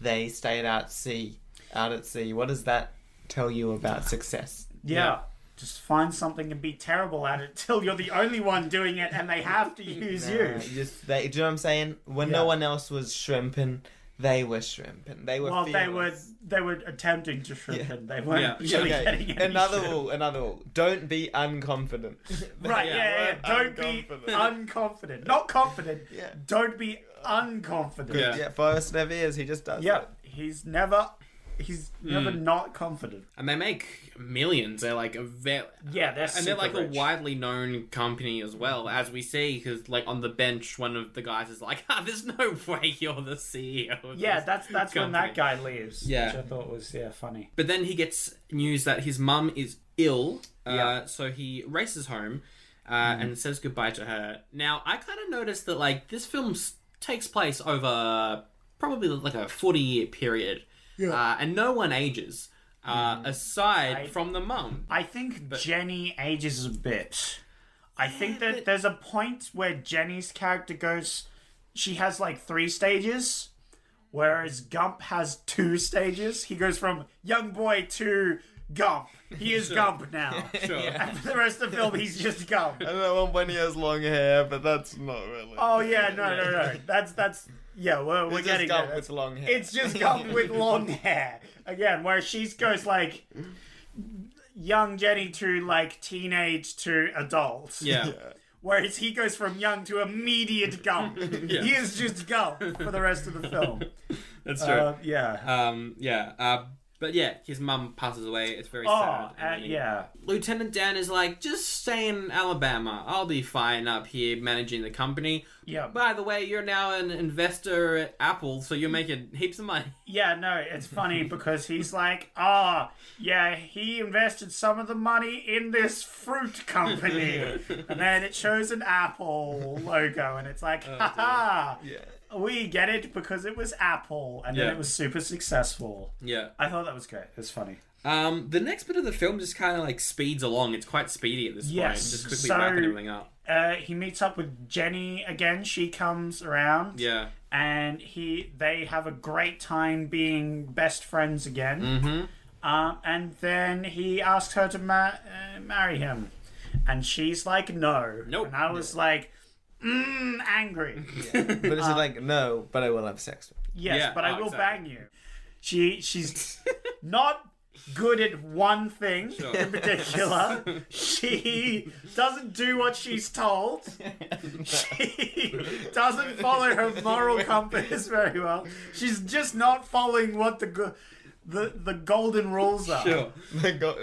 S3: they stayed out at sea. Out at sea. What does that tell you about success?
S1: Yeah. Just find something and be terrible at it till you're the only one doing it and they have to use
S3: Uh,
S1: you.
S3: just they, do you know what I'm saying? When
S1: Yeah.
S3: no one else was shrimping, they were shrimping. They were.
S1: Well, they were
S3: fearless.
S1: they were attempting to shrimp
S3: Yeah.
S1: and they weren't
S2: Yeah.
S1: really getting any
S3: another
S1: shrimp.
S3: rule. Another rule. Don't be unconfident.
S1: Right, yeah, yeah.
S4: we're
S1: Don't be unconfident. Not confident.
S3: Yeah.
S1: Don't be unconfident.
S2: Yeah.
S3: yeah, Forrest never is. He just does.
S1: Yeah,
S3: it.
S1: he's never he's never
S2: Hmm.
S1: not confident.
S2: And they make millions. They're like a ve-
S1: Yeah, they're
S2: and they're
S1: super
S2: like
S1: rich.
S2: a widely known company as well, as we see, because like on the bench, one of the guys is like, "Ah, there's no way you're the CEO." Of
S1: Yeah,
S2: this
S1: that's that's when that
S2: company."
S1: guy leaves.
S2: Yeah.
S1: Which I thought was yeah, funny.
S2: But then he gets news that his mum is ill, uh, so he races home uh,
S1: Mm.
S2: and says goodbye to her. Now, I kind of noticed that like this film s- takes place over probably like a forty-year period, uh, and no one ages uh,
S1: Mm.
S2: aside from the mum.
S1: I think Jenny ages a bit. I think that there's a point where Jenny's character goes she has like three stages. Whereas Gump has two stages. He goes from young boy to Gump. He is Gump now.
S2: Sure.
S1: And for the rest of the film, he's just Gump.
S4: I don't know when he has long hair, but that's not really.
S1: Oh yeah, no, no, no. That's that's yeah. We're, we're
S3: It's
S1: getting
S3: just
S1: there.
S3: Gump with long hair.
S1: It's just Gump with long hair again, where she goes like young Jenny to like teenage to adult.
S2: Yeah.
S1: Whereas he goes from young to immediate Gump. He is just Gump for the rest of the film.
S2: that's true.
S1: Uh, yeah.
S2: Um, yeah. Uh, but yeah, his mum passes away. It's very
S1: Oh,
S2: sad.
S1: and
S2: he-
S1: yeah.
S2: Lieutenant Dan is like, just stay in Alabama. I'll be fine up here managing the company.
S1: Yeah.
S2: By the way, you're now an investor at Apple, so you're making heaps of money.
S1: Yeah, no, it's funny because he's like, ah, yeah, he invested some of the money in this fruit company. and then it shows an Apple logo, and it's like, ha ha, we get it because it was Apple. And
S2: Yeah.
S1: then it was super successful.
S2: Yeah.
S1: I thought that was great. It was funny.
S2: Um, the next bit of the film just kind of like speeds along. It's quite speedy at this point.
S1: Yes,
S2: Just quickly
S1: so-
S2: wrapping everything up.
S1: Uh, he meets up with Jenny again. She comes around.
S2: Yeah.
S1: and he they have a great time being best friends again. Um, and then he asks her to ma- uh, marry him, and she's like, "No."
S2: Nope.
S1: And I was like, mm, angry.
S3: but it's
S1: uh,
S3: just like no, but I will have sex. with you.
S1: Yes,
S2: Yeah,
S1: but I
S2: oh,
S1: will
S2: exactly.
S1: bang you. She she's not good at one thing in particular. She doesn't do what she's told. She doesn't follow her moral compass very well. She's just not following what the go- the the golden rules are.
S2: Sure.
S3: My God,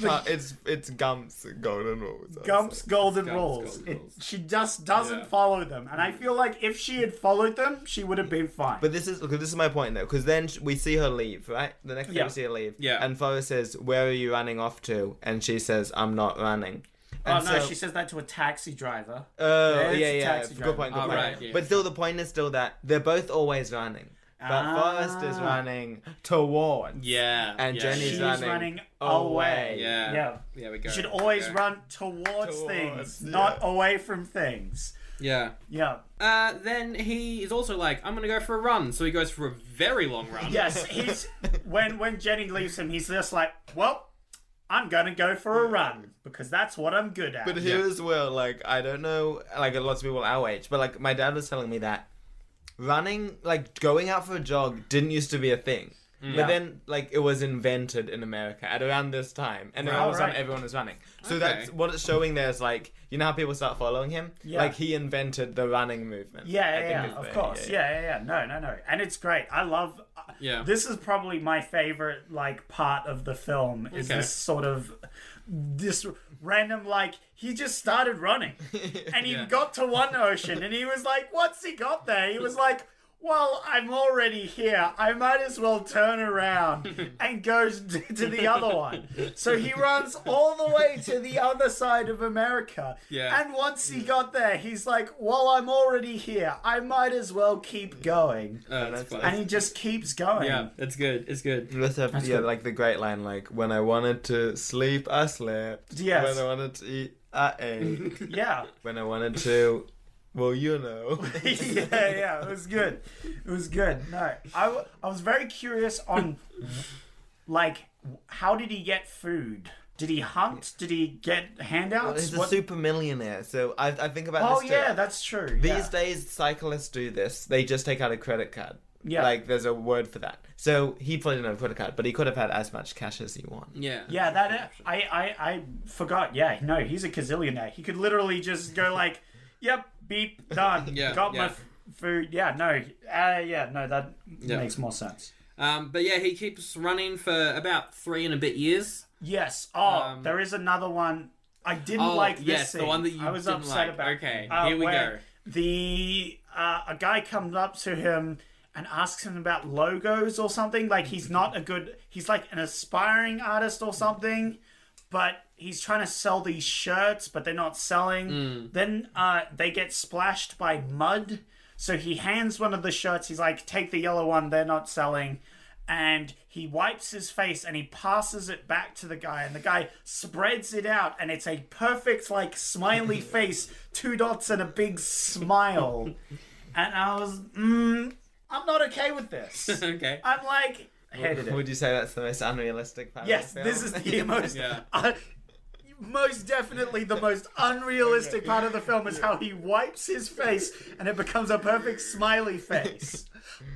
S4: not, it's it's Gump's golden rules.
S1: Gump's golden
S2: Gump's
S1: rules.
S2: golden
S1: It-
S2: rules.
S1: she just doesn't
S2: Yeah.
S1: follow them, and I feel like if she had followed them, she would have been fine.
S3: But this is because this is my point though. Because then sh- we see her leave, right? The next time
S1: Yeah.
S3: we see her leave,
S2: Yeah.
S3: And Forrest says, "Where are you running off to?" And she says, "I'm not running."
S1: oh
S3: And
S1: no,
S3: so-
S1: she says that to a taxi driver. Yeah,
S3: Oh yeah,
S1: it's
S3: yeah.
S1: a taxi
S3: Good
S1: driver.
S3: point. Good
S2: Oh,
S3: point.
S2: right, yeah.
S3: But still, the point is still that they're both always running. But Forrest is running towards.
S2: Yeah.
S3: And
S2: yeah.
S3: Jenny's
S1: She's
S3: running,
S1: running away.
S3: away.
S2: Yeah.
S1: Yeah.
S2: There we go.
S1: You should always
S2: Okay.
S1: run towards, things, not away from things.
S2: Yeah.
S1: Yeah.
S2: Uh, then he is also like, I'm gonna go for a run. So he goes for a very long run.
S1: Yes, he's when when Jenny leaves him, he's just like, "Well, I'm gonna go for a run because that's what I'm good at."
S3: But here as well, like I don't know, like lots of people our age, but like my dad was telling me that running, like going out for a jog, didn't used to be a thing.
S1: Mm.
S3: But then, like it was invented in America at around this time, and around this time
S1: Right.
S3: everyone was running. So that's what it's showing there is like you know how people start following him.
S1: Yeah.
S3: Like he invented the running movement. I
S1: yeah,
S3: think
S1: yeah, yeah,
S3: is
S1: of
S3: the-
S1: course, yeah yeah. yeah, no, no, no, and it's great. I love. uh,
S2: Yeah.
S1: this is probably my favorite like part of the film is
S2: Okay.
S1: this sort of this random like he just started running and he got to one ocean and he was like once he got there he was like well i'm already here i might as well turn around and go to to the other one so he runs all the way to the other side of america
S2: Yeah.
S1: and once he got there he's like well i'm already here i might as well keep going
S2: Oh, that's
S1: and
S2: funny.
S1: he Mm. just keeps going
S2: Yeah, that's good. It's good.
S3: Let's have yeah, like the great line, like when I wanted to sleep, I slept.
S1: Yes.
S3: When I wanted to eat, I ate.
S1: yeah
S3: when I wanted to, well, you know.
S1: yeah, yeah, it was good. It was good. No, I, w- I was very curious on, like, how did he get food? Did he hunt? Did he get handouts?
S3: He's a super millionaire, so I, I think about
S1: oh
S3: this too.
S1: yeah, that's true.
S3: These
S1: yeah.
S3: days, cyclists do this. They just take out a credit card.
S1: Yeah.
S3: Like, there's a word for that. So he probably didn't have a credit card, but he could have had as much cash as he wanted.
S2: Yeah.
S1: Yeah, that I, I I forgot. Yeah, no, he's a gazillionaire. He could literally just go like, "Yep, beep, done.
S2: Yeah,
S1: Got my
S2: yeah.
S1: f- food." Yeah, no, uh, yeah, no, that makes more sense.
S2: Um, but yeah, he keeps running for about three and a bit years.
S1: Yes. Oh, there is another one. I didn't
S2: Um, Oh,
S1: like this
S2: yes, the
S1: scene.
S2: one that you
S1: I was
S2: didn't
S1: upset
S2: like.
S1: about.
S2: Okay,
S1: Uh,
S2: here we
S1: where
S2: go.
S1: The uh, a guy comes up to him and asks him about logos or something. Like he's not a good. He's like an aspiring artist or something, but he's trying to sell these shirts, but they're not selling. Then uh, they get splashed by mud. So he hands one of the shirts. He's like, "Take the yellow one. They're not selling." and he wipes his face and he passes it back to the guy and the guy spreads it out and it's a perfect like smiley face two dots and a big smile and i was mm, i'm not okay with this
S2: Okay.
S1: i'm like hated it
S3: Would you say that's the most unrealistic part?
S1: yes
S3: of the
S1: this is
S3: film?
S1: the most
S2: Yeah.
S1: uh, most definitely the most unrealistic part of the film is how he wipes his face and it becomes a perfect smiley face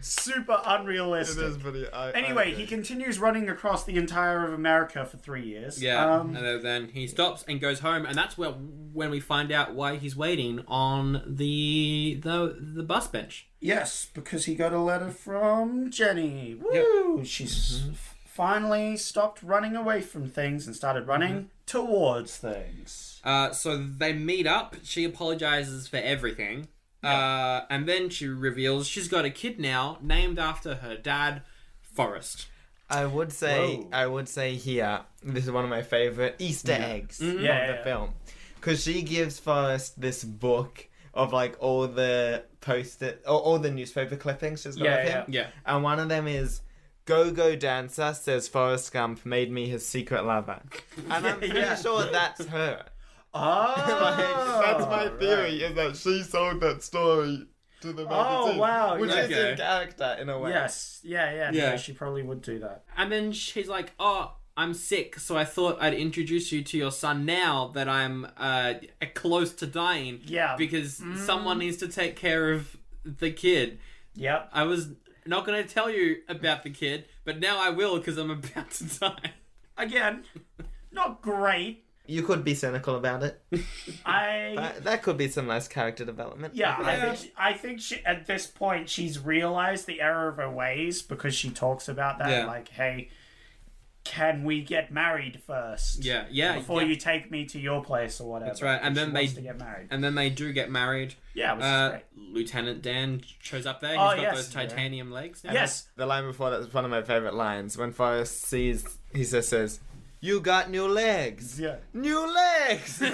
S1: super
S4: It
S1: unrealistic
S4: is pretty. I,
S1: Anyway,
S4: I
S1: he continues running across the entire of America for three years.
S2: Yeah,
S1: Um,
S2: Mm-hmm. and then he stops and goes home, and that's where when we find out why he's waiting on the the the bus bench.
S1: yes, because he got a letter from Jenny. Woo! She's f- finally stopped running away from things and started running towards things.
S2: Uh, so they meet up. She apologizes for everything, uh, and then she reveals she's got a kid now named after her dad, Forrest.
S3: I would say
S1: Whoa.
S3: I would say here this is one of my favorite Easter eggs of
S1: Yeah, Mm-hmm.
S3: the
S1: yeah.
S3: film because she gives Forrest this book of like all the post-it or all the newspaper clippings she's got
S1: Yeah,
S3: of him.
S2: yeah. Yeah.
S3: and one of them is. Go Go Dancer says Forrest Gump made me his secret lover. And I'm pretty sure that's her.
S1: Oh,
S4: That's my theory is that she sold that story to
S3: Oh,
S4: the magazine.
S1: wow,
S4: Which
S1: yeah.
S4: is
S3: She's
S2: Okay.
S3: in character in a way.
S1: Yes, yeah, yeah, yeah.
S2: Yeah.
S1: she probably would do that.
S2: And then she's like, "Oh, I'm sick, so I thought I'd introduce you to your son now that I'm uh, close to dying.
S1: Yeah. Mm.
S2: because someone needs to take care of the kid."
S1: Yep.
S2: I was not going to tell you about the kid, but now I will because I'm about to die.
S1: Again, not great.
S3: You could be cynical about it.
S1: I
S3: That, that could be some nice character development.
S1: Yeah, I think I think she, at this point she's realized the error of her ways because she talks about that
S2: Yeah.
S1: like, "Hey, can we get married first?
S2: Yeah, yeah,
S1: before
S2: yeah.
S1: you take me to your place or whatever." That's
S2: right, and then they-
S1: to get married.
S2: And then they do get married.
S1: Yeah, which is
S2: Uh,
S1: great.
S2: Lieutenant Dan shows up there. He's
S1: Oh,
S2: got
S1: yes.
S2: those titanium legs. Now.
S1: Yes,
S3: The line before that was one of my favorite lines. When Forrest sees, he just says, "You got new legs,
S1: yeah,
S3: new legs."
S1: yeah,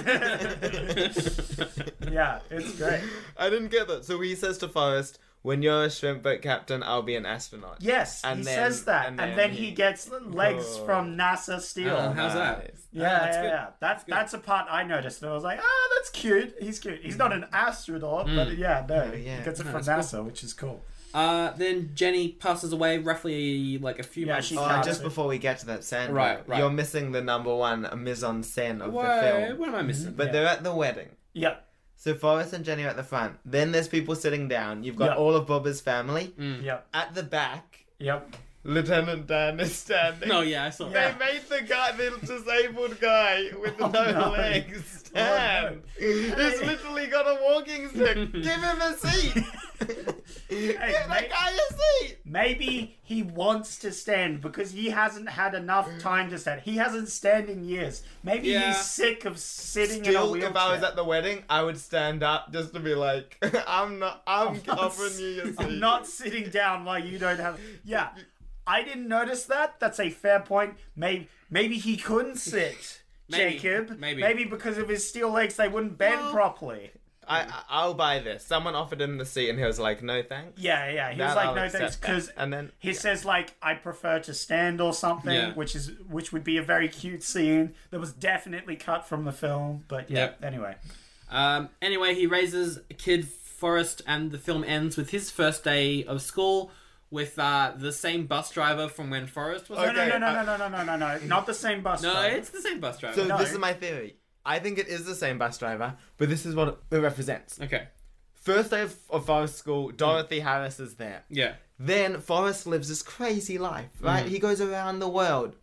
S1: it's great.
S3: I didn't get that. So he says to Forrest, "When you're a shrimp boat captain, I'll be an astronaut."
S1: Yes,
S3: And
S1: he
S3: then-
S1: says that, and then, he, gets legs
S3: Oh. Uh-huh.
S1: from NASA Steel.
S2: Oh, how's that?
S3: Nice.
S1: Yeah, yeah,
S2: that's
S1: yeah,
S2: good.
S1: That's that's a part I noticed, and I was like, "Ah, that's cute. He's cute. He's not an astronaut, but yeah, no,
S3: yeah.
S1: he gets it from NASA, which is cool."
S2: Uh, then Jenny passes away roughly like a few
S1: Yeah,
S2: months.
S1: she
S3: Oh,
S1: Yeah.
S3: and just before we get to that scene,
S2: Right,
S3: though,
S2: right.
S3: you're missing the number one mise en scène of the
S2: Why?
S3: film.
S2: What am I missing?
S3: But they're at the wedding.
S1: Yep.
S3: So Forrest and Jenny are at the front. Then there's people sitting down. You've got
S1: Yeah.
S2: Mm.
S3: all of Bob's family
S1: Yep.
S3: at the back.
S1: Yep.
S4: Lieutenant Dan is standing.
S2: No, yeah, I saw
S4: They
S2: that.
S4: made the guy, the disabled guy with
S1: Oh,
S4: no legs, stand. He's literally got a walking stick. Give him a seat. Give
S1: mate.
S4: that guy a seat.
S1: Maybe he wants to stand because he hasn't had enough time to stand. He hasn't stand in years. Maybe
S2: Yeah.
S1: he's sick of sitting in a
S4: Still,
S1: wheelchair.
S4: if I was at the wedding, I would stand up just to be like, I'm not, I'm, offering you your seat.
S1: I'm not sitting down while you don't have. Yeah, I didn't notice that. That's a fair point. Maybe maybe he couldn't sit.
S2: Maybe,
S1: Jacob,
S2: maybe.
S1: maybe because of his steel legs, they wouldn't bend properly.
S3: I, I- I'll buy this. Someone offered him the seat, and he was like, "No, thanks."
S1: Yeah, yeah. He was
S3: That
S1: like,
S3: I'll
S1: no
S3: accept
S1: thanks,
S3: that.
S1: because
S3: And then-
S1: he says like, I prefer to stand or something,
S2: Yeah.
S1: which is which would be a very cute scene that was definitely cut from the film. But yeah,
S2: Yep.
S1: anyway,
S2: Um, anyway, he raises a kid Forrest, and the film ends with his first day of school with uh, the same bus driver from when Forrest was.
S1: no, no,
S4: Okay,
S1: no, no,
S4: I-
S1: no, no, no, no, no, not the same bus.
S2: No,
S1: driver.
S2: it's the same bus driver.
S3: So this
S1: No.
S3: is my theory. I think it is the same bus driver, but this is what it represents.
S2: okay,
S3: First day of, of forest school, Dorothy Harris is there.
S2: yeah, Mm.
S3: Then Forrest lives this crazy life, right? He goes around the world.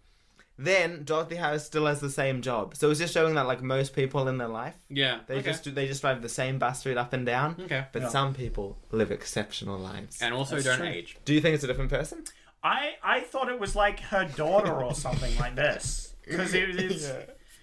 S3: Then Dorothy Harris still has the same job. So it's just showing that like most people in their life,
S2: yeah.
S3: they
S2: okay.
S3: just they just drive the same bus route up and down.
S2: Okay.
S3: But some people live exceptional lives.
S2: and also don't age.
S3: Do you think it's a different person?
S1: I I thought it was like her daughter or something like this because it is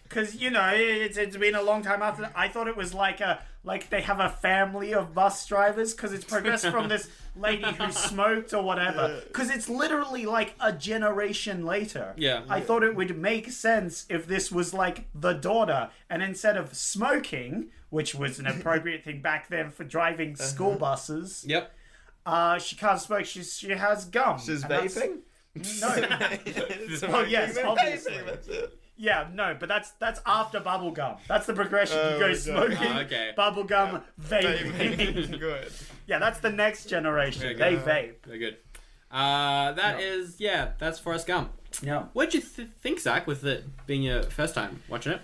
S1: because you know it's it's been a long time after. that. I thought it was like a like they have a family of bus drivers because it's progressed from this lady who smoked or whatever because it's literally like a generation later.
S2: Yeah.
S1: I thought it would make sense if this was like the daughter and instead of smoking, which was an appropriate thing back then for driving
S2: Uh-huh.
S1: school buses,
S2: Yep.
S1: uh, she can't smoke. She's she has gum.
S3: She's
S1: and that's-
S3: vaping.
S1: no. Oh,
S3: well,
S1: yes, obviously. Yeah, no, but that's that's after bubblegum. That's the progression. you go
S4: okay.
S1: smoking,
S2: Oh, okay.
S1: bubblegum, vaping.
S4: Good.
S1: yeah, that's the next generation.
S2: There
S1: They
S2: you
S1: vape.
S2: Very good. Uh, that is yeah. That's Forrest Gump.
S1: Yeah.
S2: What'd you th- think, Zach, with it being your first time watching it?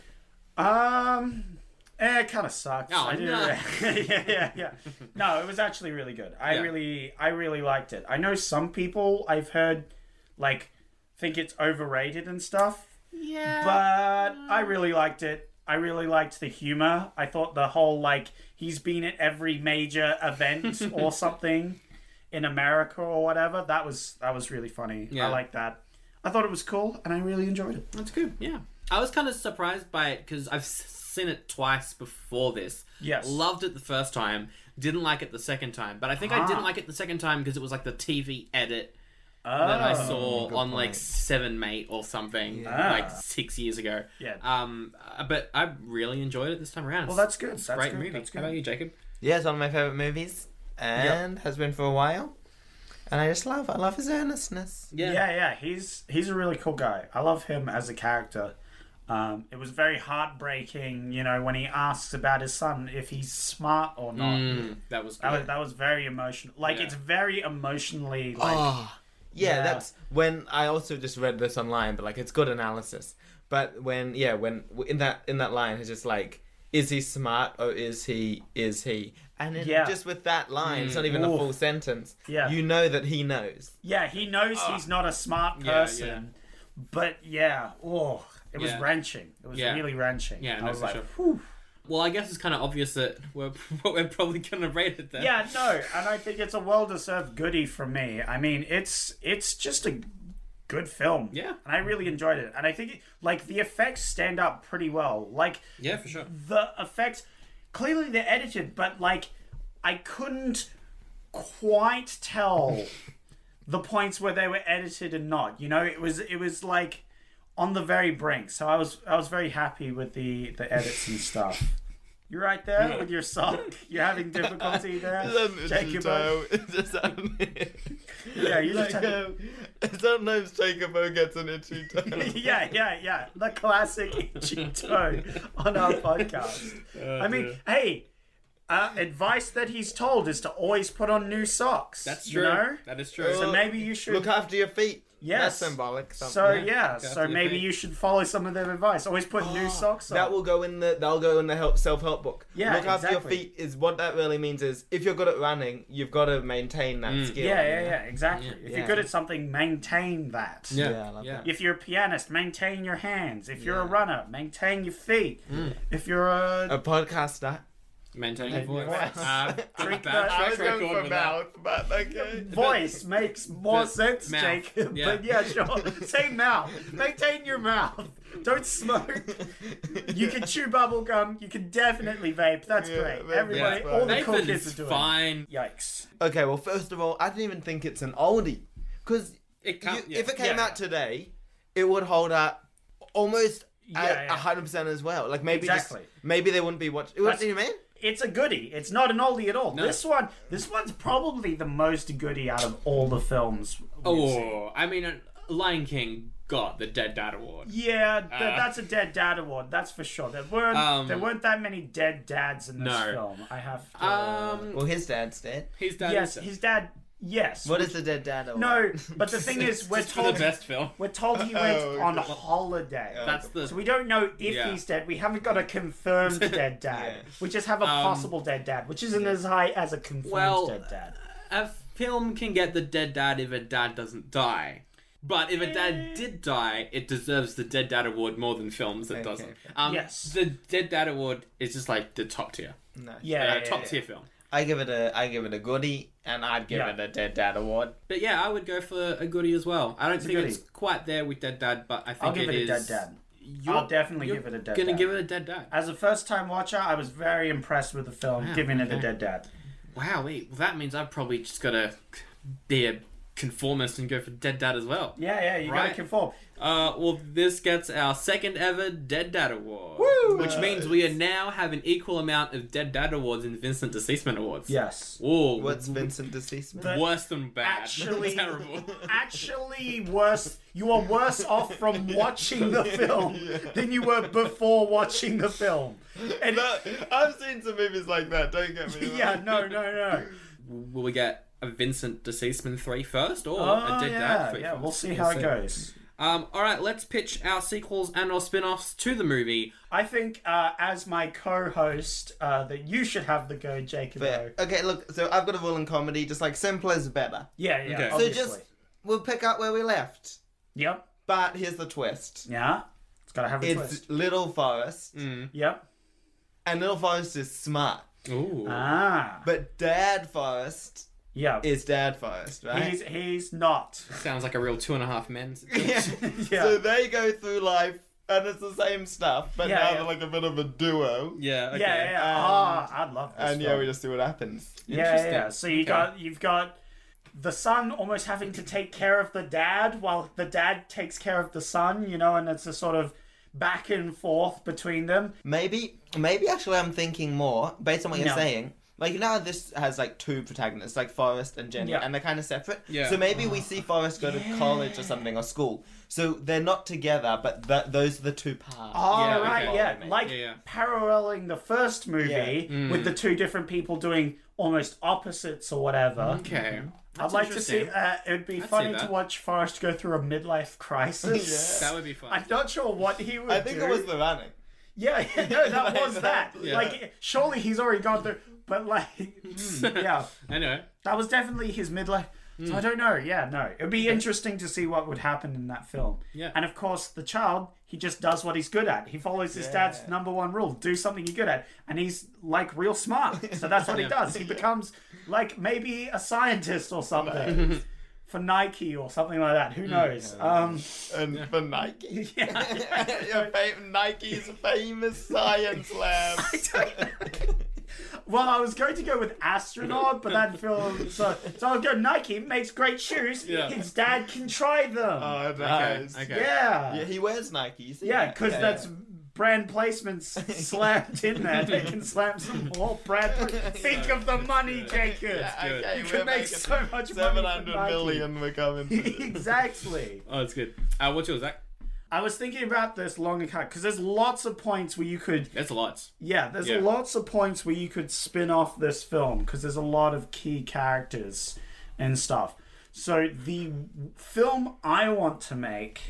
S1: Um, eh, it kind of sucks.
S2: Oh,
S1: I do.
S2: no.
S1: yeah, yeah, yeah. No, it was actually really good. I
S2: Yeah.
S1: really, I really liked it. I know some people I've heard like think it's overrated and stuff.
S2: Yeah.
S1: but I really liked it. I really liked the humor. I thought the whole like he's been at every major event or something in America or whatever. That was that was really funny.
S2: Yeah.
S1: I liked that. I thought it was cool and I really enjoyed it.
S2: That's good. Yeah. I was kind of surprised by it because I've s- seen it twice before this.
S1: Yes.
S2: Loved it the first time. Didn't like it the second time. But I think
S1: Ah.
S2: I didn't like it the second time because it was like the TV edit that
S1: Oh.
S2: I
S3: Oh,
S2: saw on like Seven Mate or something like six years ago.
S1: Yeah.
S2: Um. uh, But I really enjoyed it this time around.
S1: Well, that's good.
S2: It's a
S1: That's
S2: great
S1: good.
S2: movie.
S1: That's
S2: How about
S1: good.
S2: you, Jacob?
S3: Yeah, it's one of my favorite movies, and has been for a while. And I just love, I love his earnestness.
S1: Yeah, yeah. He's he's a really cool guy. I love him as a character. Um, it was very heartbreaking, you know, when he asks about his son if he's smart or not.
S2: Mm, that was good.
S1: That was that was very emotional. Like
S2: Yeah.
S1: it's very emotionally like
S3: Yeah,
S1: Yeah.
S3: that's when I also just read this online, but like it's good analysis. But when yeah, when in that in that line, it's just like, is he smart or is he is he? And it,
S1: Yeah. Hmm.
S3: just with that line, it's not even a
S1: Oof.
S3: full sentence.
S1: Yeah.
S3: you know that he knows.
S1: Yeah, he knows he's not a smart
S2: Ah. Yeah, yeah.
S1: person, but yeah, oh, it was
S2: Yeah.
S1: wrenching. It was
S2: Yeah.
S1: really wrenching.
S2: Yeah,
S1: I
S2: no,
S1: was
S2: for
S1: like,
S2: sure.
S1: whew.
S2: Well, I guess it's kind of obvious that we're, we're probably going to rate it then.
S1: yeah, no, and I think it's a well-deserved goodie from me. I mean, it's it's just a good film.
S2: Yeah.
S1: and I really enjoyed it, and I think like the effects stand up pretty well. Like
S2: Yeah, for sure.
S1: the effects clearly they're edited but like i couldn't quite tell the points where they were edited and not you know it was it was like on the very brink so i was i was very happy with the the edits and stuff you're right there with your sock you're having difficulty there Jacobo.
S4: It's an itchy toe.
S1: yeah you just
S4: Like,
S1: have-
S4: um, sometimes Jacobo gets an itchy toe.
S1: yeah, yeah, yeah. The classic itchy toe on our podcast.
S2: Oh,
S1: I mean, hey, uh, advice that he's told is to always put on new socks.
S2: That's
S1: you
S2: true.
S1: know?
S2: That is true.
S1: So maybe you should.
S3: Look after your feet.
S1: Yes.
S3: That's symbolic. Something.
S1: So yeah, so
S2: Definitely Ah,
S1: maybe
S2: think.
S1: you should follow some of their advice. Always put new socks on.
S3: That will go in the that'll go in the help self help book.
S1: Yeah,
S3: look after
S1: exactly.
S3: your feet is what that really means is if you're good at running, you've got to maintain that skill.
S1: yeah, yeah, yeah, exactly. If
S3: Yeah.
S1: you're good at something, maintain that.
S2: Yeah,
S3: Yeah, I love
S2: yeah.
S3: that.
S1: If you're a pianist, maintain your hands. If you're a runner, maintain your feet.
S2: Mm.
S1: If you're a
S3: A podcaster.
S2: Maintaining your voice.
S1: voice.
S2: Uh,
S1: Drink
S2: bad
S1: that- I
S2: track
S1: was
S2: record with that.
S3: but okay.
S1: voice makes more
S2: But
S1: sense,
S2: mouth,
S1: Jacob.
S2: yeah.
S1: But yeah, sure. Say mouth. Maintain your mouth. Don't smoke. You can chew bubble gum. You can definitely vape. That's great.
S3: vape is
S1: Everybody,
S3: fine.
S1: all the cool
S2: Nathan
S1: kids
S2: is
S1: are doing. it.
S2: fine.
S1: Yikes.
S3: Okay, well, first of all, I didn't even think it's an oldie because
S2: It can't- yeah.
S3: if it came
S1: Yeah.
S3: out today, it would hold up almost
S1: Yeah,
S3: a
S1: yeah.
S3: hundred percent as well. Like maybe
S1: Exactly.
S3: just, maybe they wouldn't be watching. What do you mean?
S1: It's a goodie. It's not an oldie at all. This one, this one's probably the most goodie out of all the films. we've seen.
S2: Oh, I mean, uh, Lion King got the Dead Dad Award.
S1: Yeah, th- that's a dead dad award. That's for sure. There weren't
S2: Uh. Um,
S1: there weren't that many dead dads in this
S2: No.
S1: film. I have. To,
S2: Um,
S3: Well, his dad's dead.
S2: his dad.
S1: yes,
S2: is-
S1: his dad. Yes.
S3: What is the dead dad? award?
S1: no, but the thing is, we're
S2: Just for
S1: told
S2: the best film.
S1: we're told he went on holiday.
S2: That's the.
S1: so we don't know if
S2: Yeah.
S1: he's dead. We haven't got a confirmed dead dad. We just have a possible dead dad, which isn't as high as a confirmed
S2: Um, Well, uh,
S1: dead dad.
S2: a film can get the dead dad if a dad doesn't die. But if a
S1: Eh.
S2: dad did die, it deserves the Dead Dad Award more than films that doesn't. Um,
S1: Yes.
S2: The Dead Dad Award is just like the top tier.
S3: no.
S1: Yeah,
S2: uh,
S1: yeah,
S2: top
S1: yeah.
S2: tier film.
S3: I give it a I give it a goodie, and I'd give
S1: Yeah.
S3: it a dead dad award.
S2: But yeah, I would go for a goodie as well. I don't
S1: a
S2: think it's
S1: goodie.
S2: quite there with Dead Dad, but I think
S1: I'll give it, a dead
S2: is-
S1: dad.
S2: You're,
S1: I'll definitely
S2: you're
S1: give it a dead
S2: Gonna
S1: dad.
S2: give it a Dead Dad.
S1: As a first time watcher, I was very impressed with the film, giving it a dead dad.
S2: Wow, wait. Well, that means I've probably just gotta be a conformist and go for Dead Dad as well.
S1: Yeah, yeah, you gotta
S2: Right.
S1: conform.
S2: Uh, well, this gets our second ever Dead Dad Award, which means we are now have an equal amount of Dead Dad Awards and Vincent Deceasement Awards.
S1: Yes.
S2: Whoa,
S3: What's Vincent Deceasement?
S2: worse than bad?
S1: Actually-
S2: terrible.
S1: Actually, worse. You are worse off from watching the film than you were before watching the film. And
S4: I've seen some movies like that. Don't get me wrong.
S1: yeah, no, no, no.
S2: Will we get a Vincent Deceasement three first, or
S1: Oh,
S2: a Dead Dad
S1: yeah,
S2: three?
S1: yeah.
S2: first?
S1: We'll see how it goes.
S2: Um, all right, let's pitch our sequels and or spin-offs to the movie.
S1: I think uh, as my co-host uh, that you should have the go, Jacob.
S3: Fair. Okay, look, so I've got a rule in comedy, just like simple is better.
S1: Yeah, yeah.
S2: Okay. So
S3: So
S1: Obviously.
S3: just we'll pick up where we left.
S1: Yep.
S3: But here's the twist.
S1: Yeah. It's gotta have a
S3: It's
S1: twist. Mm.
S3: Little Forest,
S1: Yep.
S3: and Little Forest is smart,
S2: Ooh,
S1: Ah.
S3: but Dad Forest
S1: Yeah.
S3: is Dad Forest, right?
S1: He's he's not.
S2: sounds like a real two and a half men.
S1: Yeah.
S3: So they go through life, and it's the same stuff, but
S1: Yeah,
S3: now
S1: yeah.
S3: they're like a bit of a duo.
S2: yeah, okay.
S1: yeah, yeah, yeah. Ah, I'd love this.
S3: um, And
S1: film.
S3: yeah, we just see what happens.
S1: Yeah, yeah,
S2: Interesting.
S1: yeah. So you got you've got the son almost having to take care of the dad while the dad takes care of the son, you know, and it's a sort of back and forth between them.
S3: Maybe, maybe actually, I'm thinking more based on what you're
S1: No.
S3: saying. Like you know, how this has like two protagonists, like Forrest and Jenny,
S1: Yeah.
S3: and they're kind of separate.
S2: Yeah.
S3: So maybe we see Forrest go to college or something or school. So they're not together, but th- those are the two parts.
S1: Oh,
S2: Yeah,
S1: right,
S2: okay.
S1: yeah. Like
S2: Yeah, yeah.
S1: paralleling the first movie
S3: Yeah.
S1: with the two different people doing almost opposites or whatever.
S2: Okay,
S1: I'd
S2: Mm-hmm. That's
S1: like to see.
S2: interesting.
S1: Uh, it would be funny to
S2: that.
S1: watch Forrest go through a midlife crisis.
S2: That would be fun.
S1: I'm not sure what he would
S3: I think
S1: do.
S3: it was the running.
S1: Yeah, yeah, no, that was that. Like, surely he's already gone through, but like, yeah,
S2: Anyway,
S1: that was definitely his midlife. So I don't know. Yeah, no, it'd be interesting to see what would happen in that film.
S2: Yeah.
S1: and of course, the child he just does what he's good at. He follows his dad's number one rule: do something you're good at, and he's like real smart. So that's what he does. He becomes like maybe a scientist or something. For Nike or something like that, who knows? Um,
S4: And for Nike,
S1: yeah,
S4: Your fam- Nike's famous science lab.
S1: Well, I was going to go with astronaut, but that film. So, so I'll go Nike. Makes great shoes.
S2: Yeah.
S1: His dad can try them.
S4: Oh,
S2: okay,
S4: nice.
S2: okay.
S3: Yeah,
S1: yeah,
S3: he wears Nike. You see
S1: yeah,
S3: that?
S1: because that's brand placements slammed in there. They can slam some more brand. pla- Think of the money, Jacob.
S2: good.
S4: Okay,
S1: You
S4: we're
S1: can make
S4: making
S1: so much money.
S4: 700
S1: from Nike.
S4: million we're coming to.
S1: exactly.
S2: oh, that's good. Uh, what's yours, Zach?
S1: I was thinking about this long and cut because there's lots of points where you could
S2: That's lots.
S1: Yeah, there's
S2: Yeah.
S1: lots of points where you could spin off this film because there's a lot of key characters and stuff. So the film I want to make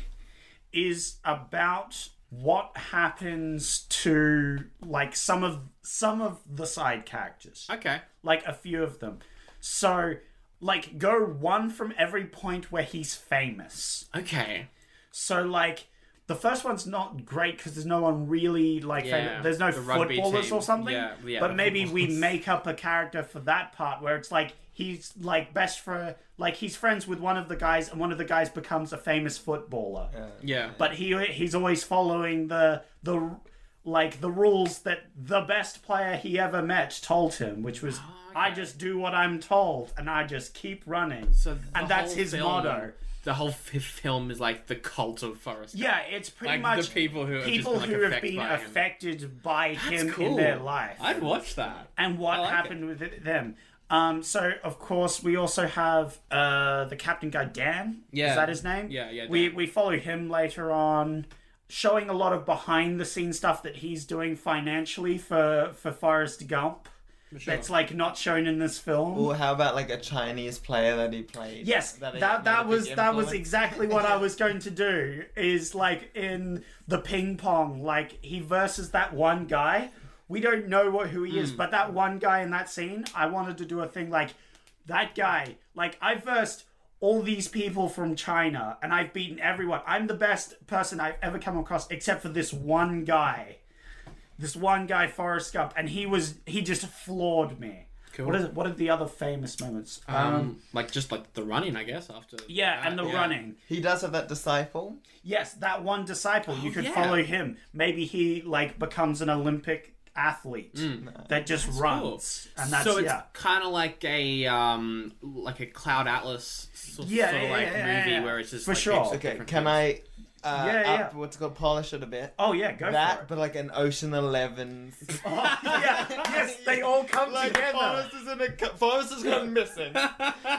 S1: is about what happens to like some of some of the side characters.
S2: Okay.
S1: Like a few of them. So like go one from every point where he's famous.
S2: Okay.
S1: So like the first one's not great because there's no one really like
S2: Yeah,
S1: fam- there's no
S2: the rugby
S1: footballers
S2: team.
S1: or something.
S2: Yeah, yeah,
S1: but
S2: the
S1: maybe we
S2: footballers.
S1: make up a character for that part where it's like he's like best for like he's friends with one of the guys and one of the guys becomes a famous footballer.
S2: Yeah.
S1: But he he's always following the the like the rules that the best player he ever met told him, which was
S2: Ah,
S1: I just do what I'm told and I just keep running.
S2: So the
S1: and that's
S2: whole
S1: his
S2: film-
S1: motto.
S2: The whole f- film is like the cult of Forrest. Gump.
S1: Yeah, it's pretty
S2: Like,
S1: much
S2: the people who have just
S1: people
S2: been, like,
S1: who have
S2: affected
S1: been
S2: by him.
S1: affected by him
S2: That's cool.
S1: in their life
S2: I'd watch that.
S1: and what
S2: I like
S1: happened with it, them. Um, so of course we also have uh, the captain guy Dan.
S2: Yeah.
S1: is that his name?
S2: Yeah, yeah,
S1: We
S2: Dan.
S1: we follow him later on, showing a lot of behind the scenes stuff that he's doing financially for for Forrest Gump. That's like not shown in this film.
S3: Or how about like a Chinese player that he played?
S1: Yes, that
S3: he
S1: that,
S3: made a big
S1: was that was
S3: influence?
S1: exactly what I was going to do. Is like in the ping pong, like he versus that one guy. We don't know what who he is, but that one guy in that scene, I wanted to do a thing like that guy. Like I versed all these people from China, and I've beaten everyone. I'm the best person I've ever come across, except for this one guy. This one guy, Forrest Gump, and he was he just floored me. What is it? What are the other famous moments?
S2: that. Um, like just like the running, I guess. After
S1: Yeah,
S2: that,
S1: and the running.
S3: He does have that disciple.
S1: Yes, that one disciple. you could
S2: Oh, yeah.
S1: follow him. Maybe he like becomes an Olympic athlete that just runs, and that's
S2: Mm. so it's
S1: yeah.
S2: kind of like a um like a Cloud Atlas sort,
S1: Yeah,
S2: sort of
S1: yeah,
S2: like
S1: yeah, yeah,
S2: movie
S1: yeah.
S2: where it's just
S1: For
S2: like,
S1: sure.
S2: heaps of
S3: Okay,
S2: different
S3: can
S2: things.
S3: I uh,
S1: Yeah, yeah.
S3: up what's it called polish it a bit?
S1: Oh yeah, go
S3: that,
S1: for
S3: but
S1: it. Oh,
S3: like an Ocean Eleven.
S1: yeah, yes, they all come
S4: Like
S1: together.
S4: Forrest is in a co- Forrest has gone missing.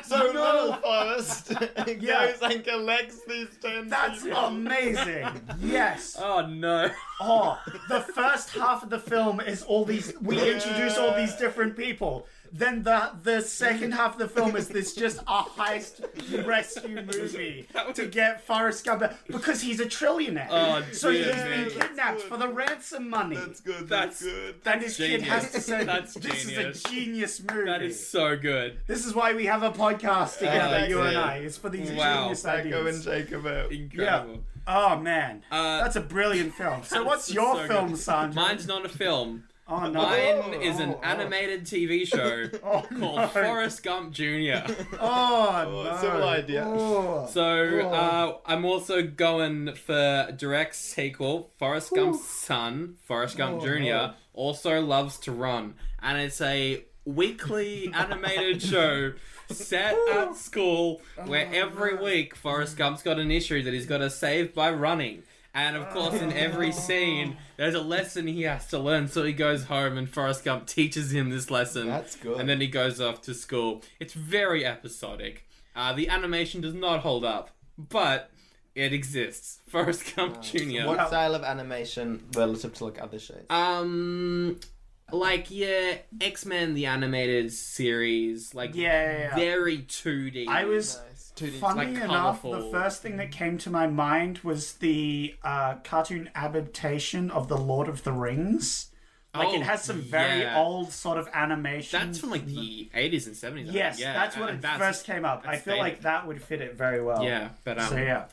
S4: So little Forrest
S1: Yeah.
S4: goes and collects these ten.
S1: That's
S4: people.
S1: amazing. Yes.
S2: Oh no!
S1: Oh, the first half of the film is all these. We introduce all these different people. Then the the second half of the film is this just a heist rescue movie to get Forrest Gump back- because he's a trillionaire.
S2: Oh,
S1: so he's
S2: dear
S1: been
S2: me.
S1: kidnapped for the ransom money.
S4: That's good.
S2: That's-
S4: That's, good.
S1: Then his kid has to
S2: Genius.
S1: say,
S2: That's
S1: "This
S2: genius.
S1: is a genius movie."
S2: That is so good.
S1: This is why we have a podcast together,
S3: like
S1: you and
S3: it.
S1: I. It's for these
S2: Wow.
S1: genius
S4: Go and
S1: ideas.
S4: Jacob out.
S1: Yeah.
S2: Incredible.
S1: Oh man,
S2: Uh,
S1: that's a brilliant film. So, what's
S2: It's
S1: your
S2: so
S1: film,
S2: good.
S1: Sandra?
S2: Mine's not a film.
S1: oh no.
S2: Mine
S1: Oh,
S2: is an
S1: oh, oh.
S2: animated TV show called Forrest Gump Jr.
S1: Oh, no.
S4: Oh, similar idea.
S1: Oh.
S2: So uh, I'm also going for direct sequel. Forrest Gump's son, Forrest
S3: Oh,
S2: Gump Jr., also loves to run, and it's a weekly animated show set at school
S3: Oh,
S2: where every week Forrest Gump's got an issue that he's got to save by running. And of course,
S3: Oh,
S2: in every scene, there's a lesson he has to learn. So he goes home, and Forrest Gump teaches him this lesson.
S3: That's good.
S2: And then he goes off to school. It's very episodic. Uh, the animation does not hold up, but it exists. Forrest Gump Jr.
S3: What style of animation relative to like other shows?
S2: Um, like yeah, X Men the animated series, like
S1: Yeah, yeah, yeah.
S2: very two D.
S1: I was.
S3: Two D.
S1: Funny
S2: like
S1: enough, the
S2: colourful.
S1: first thing that came to my mind was the uh, cartoon adaptation of The Lord of the Rings. Like, it
S2: Oh,
S1: has some very
S2: yeah.
S1: old sort of animation.
S2: That's from like the eighties and seventies.
S1: Yes,
S2: yeah,
S1: that's when
S2: and
S1: it first came up. I
S2: that's
S1: feel like
S2: dated.
S1: that would fit it very well.
S2: Yeah, but um,
S1: So, yeah.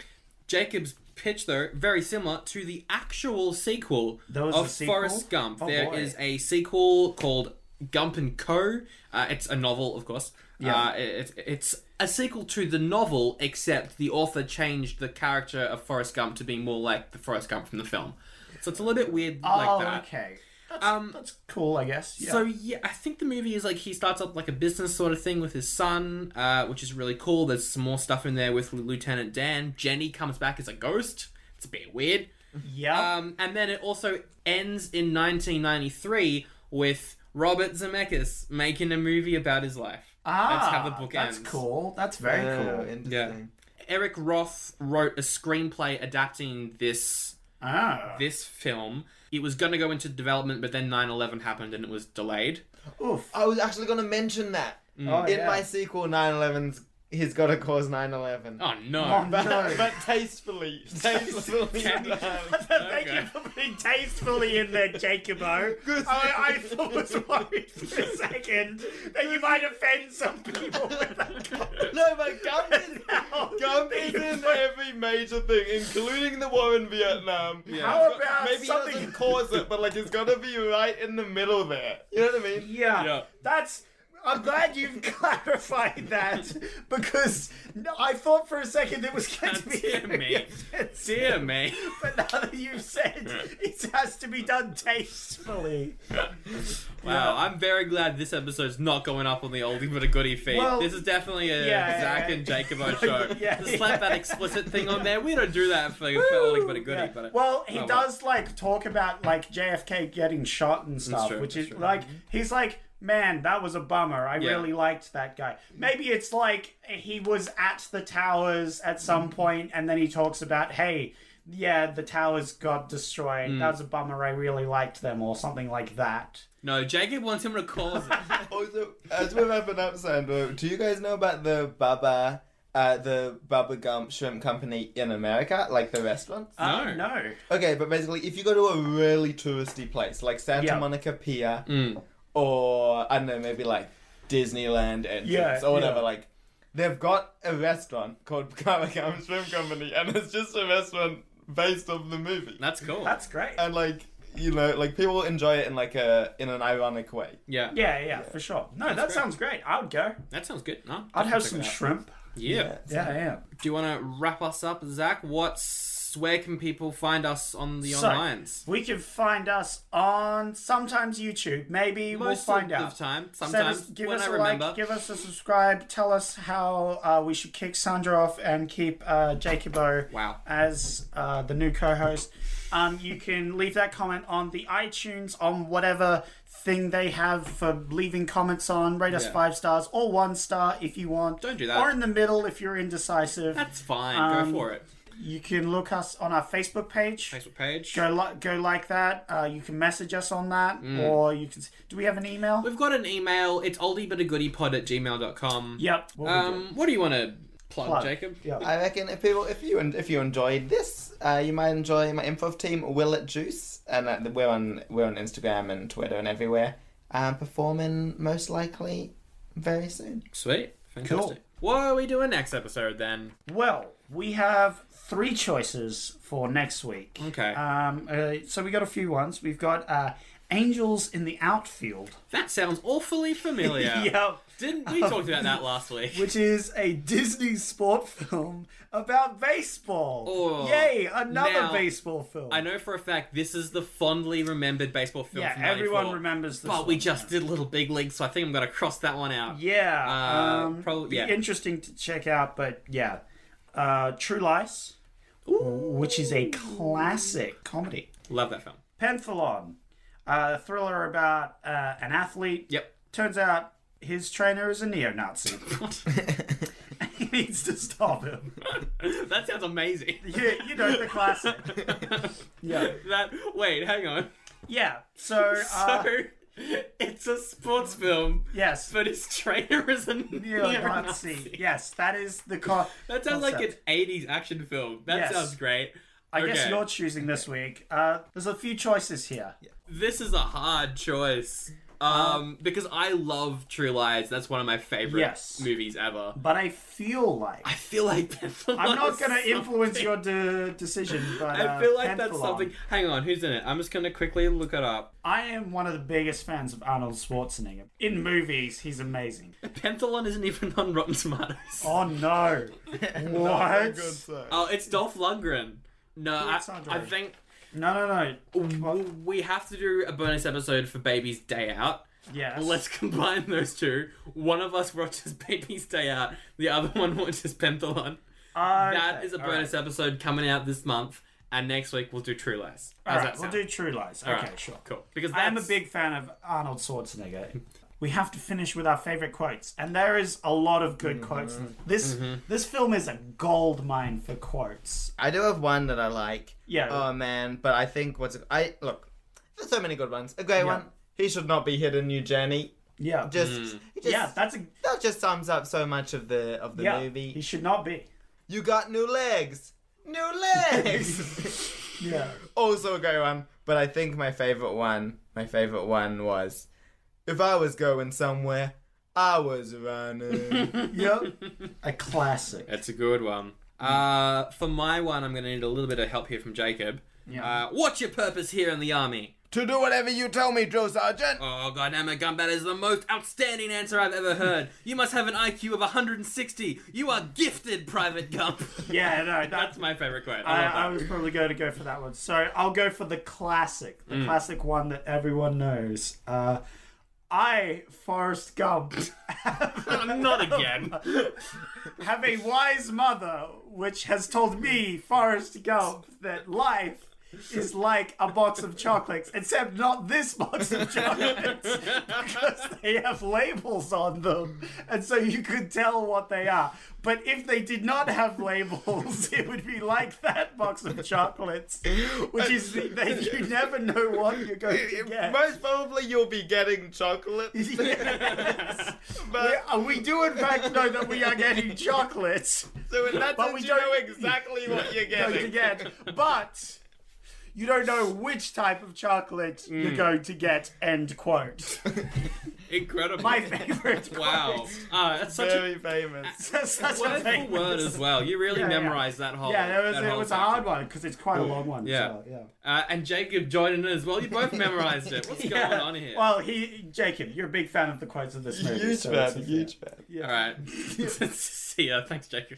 S2: Jacob's pitch though very similar to the actual sequel
S1: There was
S2: of
S1: a sequel?
S2: Forrest Gump.
S1: Oh,
S2: There is
S1: boy.
S2: a sequel called Gump and Co. Uh, it's a novel, of course. Yeah, uh, it, it's a sequel to the novel, except the author changed the character of Forrest Gump to be more like the Forrest Gump from the film. So it's a little bit weird
S1: oh,
S2: like that.
S1: okay.
S2: Um,
S1: That's cool, I guess. Yeah.
S2: so yeah, I think the movie is like he starts up like a business sort of thing with his son, uh, which is really cool. There's some more stuff in there with Lieutenant Dan. Jenny comes back as a ghost. It's a bit weird.
S1: yeah.
S2: Um, and then it also ends in 1993 with Robert Zemeckis making a movie about his life. that's how the
S1: Ah,
S2: book
S1: That's
S2: ends.
S1: cool. That's very
S2: uh,
S3: Oh,
S1: cool.
S3: interesting.
S2: Eric Roth wrote a screenplay adapting this
S1: Ah.
S2: this film. It was going to go into development, but then 9/11 happened and it was delayed.
S1: Oof.
S3: I was actually gonna mention that
S1: Oh,
S3: in
S1: yeah.
S3: my sequel. 9/11's he's got to cause 9/11.
S2: Oh no.
S3: but, but tastefully, tastefully.
S1: Thank you for putting tastefully in there, Jacobo. I, I was worried for a second that you might offend some people with that comment.
S3: no, but Gump is,
S1: Now
S3: Gump
S1: that
S3: is
S1: you
S3: in
S1: put-
S3: every major thing, including the war in Vietnam.
S1: How about
S3: Maybe
S1: something-
S3: he doesn't cause it, but like it's gotta be right in the middle there. You know what I mean?
S1: Yeah,
S2: Yeah.
S1: that's. I'm glad you've clarified that because no, I thought for a second it was going to be
S2: Dear me.
S1: offensive,
S2: Dear me.
S1: but now that you've said it has to be done tastefully.
S2: Wow, I'm very glad this episode's not going up on the oldie but a goodie feed.
S1: Well,
S2: this is definitely a
S1: yeah,
S2: Zach
S1: yeah.
S2: and Jacobo show.
S1: Yeah,
S2: Just slap that explicit thing on there. We don't do that for, for oldie but a goodie.
S1: Yeah.
S2: But
S1: well, he
S2: oh,
S1: does like talk about like JFK getting shot and stuff,
S2: true,
S1: which
S2: that's
S1: is
S2: true. Mm-hmm.
S1: like he's like, man, that was a bummer. I
S2: Yeah. Mm-hmm.
S1: really liked that guy. Maybe it's like he was at the towers at
S2: Mm-hmm.
S1: some point, and then he talks about, hey, yeah, the towers got destroyed.
S2: Mm.
S1: That was a bummer. I really liked them, or something like that.
S2: No, Jacob wants him to cause it.
S3: Also, as we're wrapping up, Sandra, do you guys know about the Baba, uh, the Baba Gump Shrimp Company in America, like the restaurant?
S1: Oh,
S2: No.
S1: no.
S3: Okay, but basically, if you go to a really touristy place like Santa
S1: Yeah.
S3: Monica Pier, or I don't know, maybe like Disneyland entrance
S1: Yeah,
S3: or whatever,
S1: yeah.
S3: like they've got a restaurant called Baba Gump Shrimp Company, and it's just a restaurant based off the movie.
S2: That's cool.
S1: That's great.
S2: Um,
S3: And like you know, like people enjoy it in like a in an ironic way.
S2: yeah.
S1: yeah, yeah, for sure. No, that sounds great. I would go.
S2: That sounds good. No,
S1: I'd have
S2: check
S1: some
S2: it out.
S1: shrimp.
S2: Yeah.
S1: Yeah, yeah.
S2: Do you want to wrap us up, Zach? What's where can people find us on the
S1: So,
S2: onlines?
S1: We can find us on sometimes YouTube. Maybe
S2: Most
S1: we'll find
S2: of
S1: out.
S2: the time,
S1: Send
S2: sometimes,
S1: us- give
S2: when
S1: us
S2: I
S1: a
S2: remember.
S1: like, give us a subscribe. Tell us how uh, we should kick Sandra off and keep uh, Jacobo
S2: Wow.
S1: as uh, the new co-host. Um, you can leave that comment on the iTunes on whatever thing they have for leaving comments on. Rate us
S2: Yeah.
S1: five stars or one star if you want.
S2: Don't do that.
S1: Or in the middle if you're indecisive.
S2: That's fine.
S1: Um,
S2: Go for it.
S1: You can look us on our Facebook page
S2: Facebook page.
S1: go like go like that. Uh, you can message us on that,
S2: Mm.
S1: or you can. s- Do we have an email?
S2: We've got an email. It's oldiebittagoodiepod at gmail.com.
S1: yep. What we do.
S2: Um, what do you want to plug,
S1: Plug.
S2: Jacob?
S1: Yep.
S3: I reckon if people, if you if you enjoyed this, uh, you might enjoy my improv team, Will at Juice, and uh, we're on we're on Instagram and Twitter and everywhere, uh, performing most likely very soon.
S2: Sweet. Fantastic. What are we doing next episode then?
S1: Well, we have three choices for next week.
S2: Okay.
S1: Um. uh, so we got a few ones. We've got uh, angels in the outfield.
S2: that sounds awfully familiar.
S1: Yep.
S2: Didn't we talked about that last week?
S1: Which is a Disney sport film about baseball.
S2: Oh,
S1: Yay! Another
S2: now-
S1: baseball film.
S2: I know for a fact this is the fondly remembered baseball film.
S1: Yeah,
S2: from
S1: everyone
S2: 94,
S1: remembers this
S2: But we
S1: one,
S2: just did Little Big League, so I think I'm gonna cross that one out.
S1: Yeah.
S2: Uh,
S1: um,
S2: prob-
S1: be
S2: yeah.
S1: interesting to check out, but yeah. Uh, True Lies, which is a classic comedy.
S2: Love that film.
S1: Pentathlon, a thriller about uh, an athlete.
S2: Yep.
S1: Turns out his trainer is a neo Nazi. he needs to stop him.
S2: that sounds amazing.
S1: Yeah, you know, the classic. Yeah.
S2: That wait, hang on.
S1: Yeah. So, uh,
S2: so it's a sports film,
S1: yes.
S2: but his trainer is a neo
S1: Neo-Nazi. Yes, that is the co-
S2: That sounds like
S1: concept.
S2: an '80s action film. That
S1: Yes.
S2: sounds great.
S1: I guess
S2: Okay.
S1: you're choosing this week. Uh, there's a few choices here.
S2: This is a hard choice.
S1: Uh,
S2: Um, because I love True Lies. That's one of my favorite
S1: Yes.
S2: movies ever.
S1: But I feel like
S2: I feel like that's
S1: I'm not going to influence your de- decision. But
S2: I
S1: uh,
S2: feel like that's
S1: Pentathlon.
S2: something. Hang on, who's in it? I'm just gonna quickly look it up.
S1: I am one of the biggest fans of Arnold Schwarzenegger. In movies, he's amazing.
S2: Pentathlon isn't even on Rotten Tomatoes.
S1: Oh no! what?
S2: Oh, it's Dolph Lundgren. No, I,
S1: it's not
S2: I
S1: Dolph.
S2: think
S1: No, no, no.
S2: w- we have to do a bonus episode for Baby's Day Out.
S1: Yes.
S2: Let's combine those two. One of us watches Baby's Day Out, the other one watches Pentathlon. that
S1: Okay,
S2: is a
S1: all right.
S2: bonus episode coming out this month, and next week we'll do True Lies.
S1: All
S2: How's
S1: right,
S2: that
S1: we'll
S2: sound?
S1: do True Lies.
S2: All
S1: okay,
S2: right,
S1: sure.
S2: Cool. Because
S1: I am a
S2: that's-
S1: big fan of Arnold Schwarzenegger. We have to finish with our favorite quotes, and there is a lot of good
S3: Mm-hmm.
S1: quotes. This
S2: Mm-hmm.
S1: this film is a gold mine for quotes.
S3: I do have one that I like.
S1: Yeah.
S3: Oh man, but I think what's I look. There's so many good ones. A great one. He should not be hidden, New Journey.
S1: Yeah,
S3: Just, just
S1: yeah, that's a
S3: that that just sums up so much of the of the
S1: yeah,
S3: movie.
S1: he should not be.
S3: You got new legs. New legs.
S1: Yeah.
S3: also a great one, but I think my favorite one, my favorite one was if I was going somewhere, I was running.
S1: Yep. A classic.
S2: That's a good one. Uh, for my one, I'm going to need a little bit of help here from Jacob. Uh, what's your purpose here in the army?
S3: to do whatever you tell me, drill sergeant.
S2: Oh, God, Emma Gumbat is the most outstanding answer I've ever heard. You must have an IQ of 160. You are gifted, Private Gump.
S1: Yeah, no,
S2: That's
S1: that's.
S2: my favorite quote.
S1: I,
S2: I, love that.
S1: I was probably going to go for that one. So I'll go for the classic,
S2: Mm.
S1: the classic one that everyone knows. Uh, I, Forrest Gump,
S2: Not again.
S1: have a wise mother which has told me, Forrest Gump, that life is like a box of chocolates, except not this box of chocolates because they have labels on them, and so you could tell what they are. But if they did not have labels, it would be like that box of chocolates, which is the, they, you never know what you're going to get.
S3: Most probably you'll be getting chocolate.
S1: Yes. we, uh, we do in fact know that we are getting chocolates.
S3: So in that
S1: But
S3: sense,
S1: we
S3: you
S1: don't-
S3: know exactly what you're
S1: going to
S3: getting.
S1: get, but you don't know which type of chocolate
S3: Mm.
S1: you're going to get. End quote.
S2: Incredible.
S1: My favorite.
S2: Wow.
S1: quote.
S2: Uh, that's such a
S3: Very famous.
S1: That's such a
S2: wonderful
S1: thing.
S2: word as well. You really
S1: Yeah, yeah.
S2: memorized that whole.
S1: Yeah, that was,
S2: that
S1: it
S2: whole
S1: was a hard
S2: section.
S1: one because it's quite a long one.
S2: Yeah.
S1: As well. yeah.
S2: Uh, and Jacob joined in as well. You both memorized it. What's going on here?
S1: Well, he Jacob, you're a big fan of the quotes of this movie.
S3: Huge
S1: so
S3: fan,
S1: it's a-
S3: huge fan.
S2: All right. See ya. Thanks, Jacob.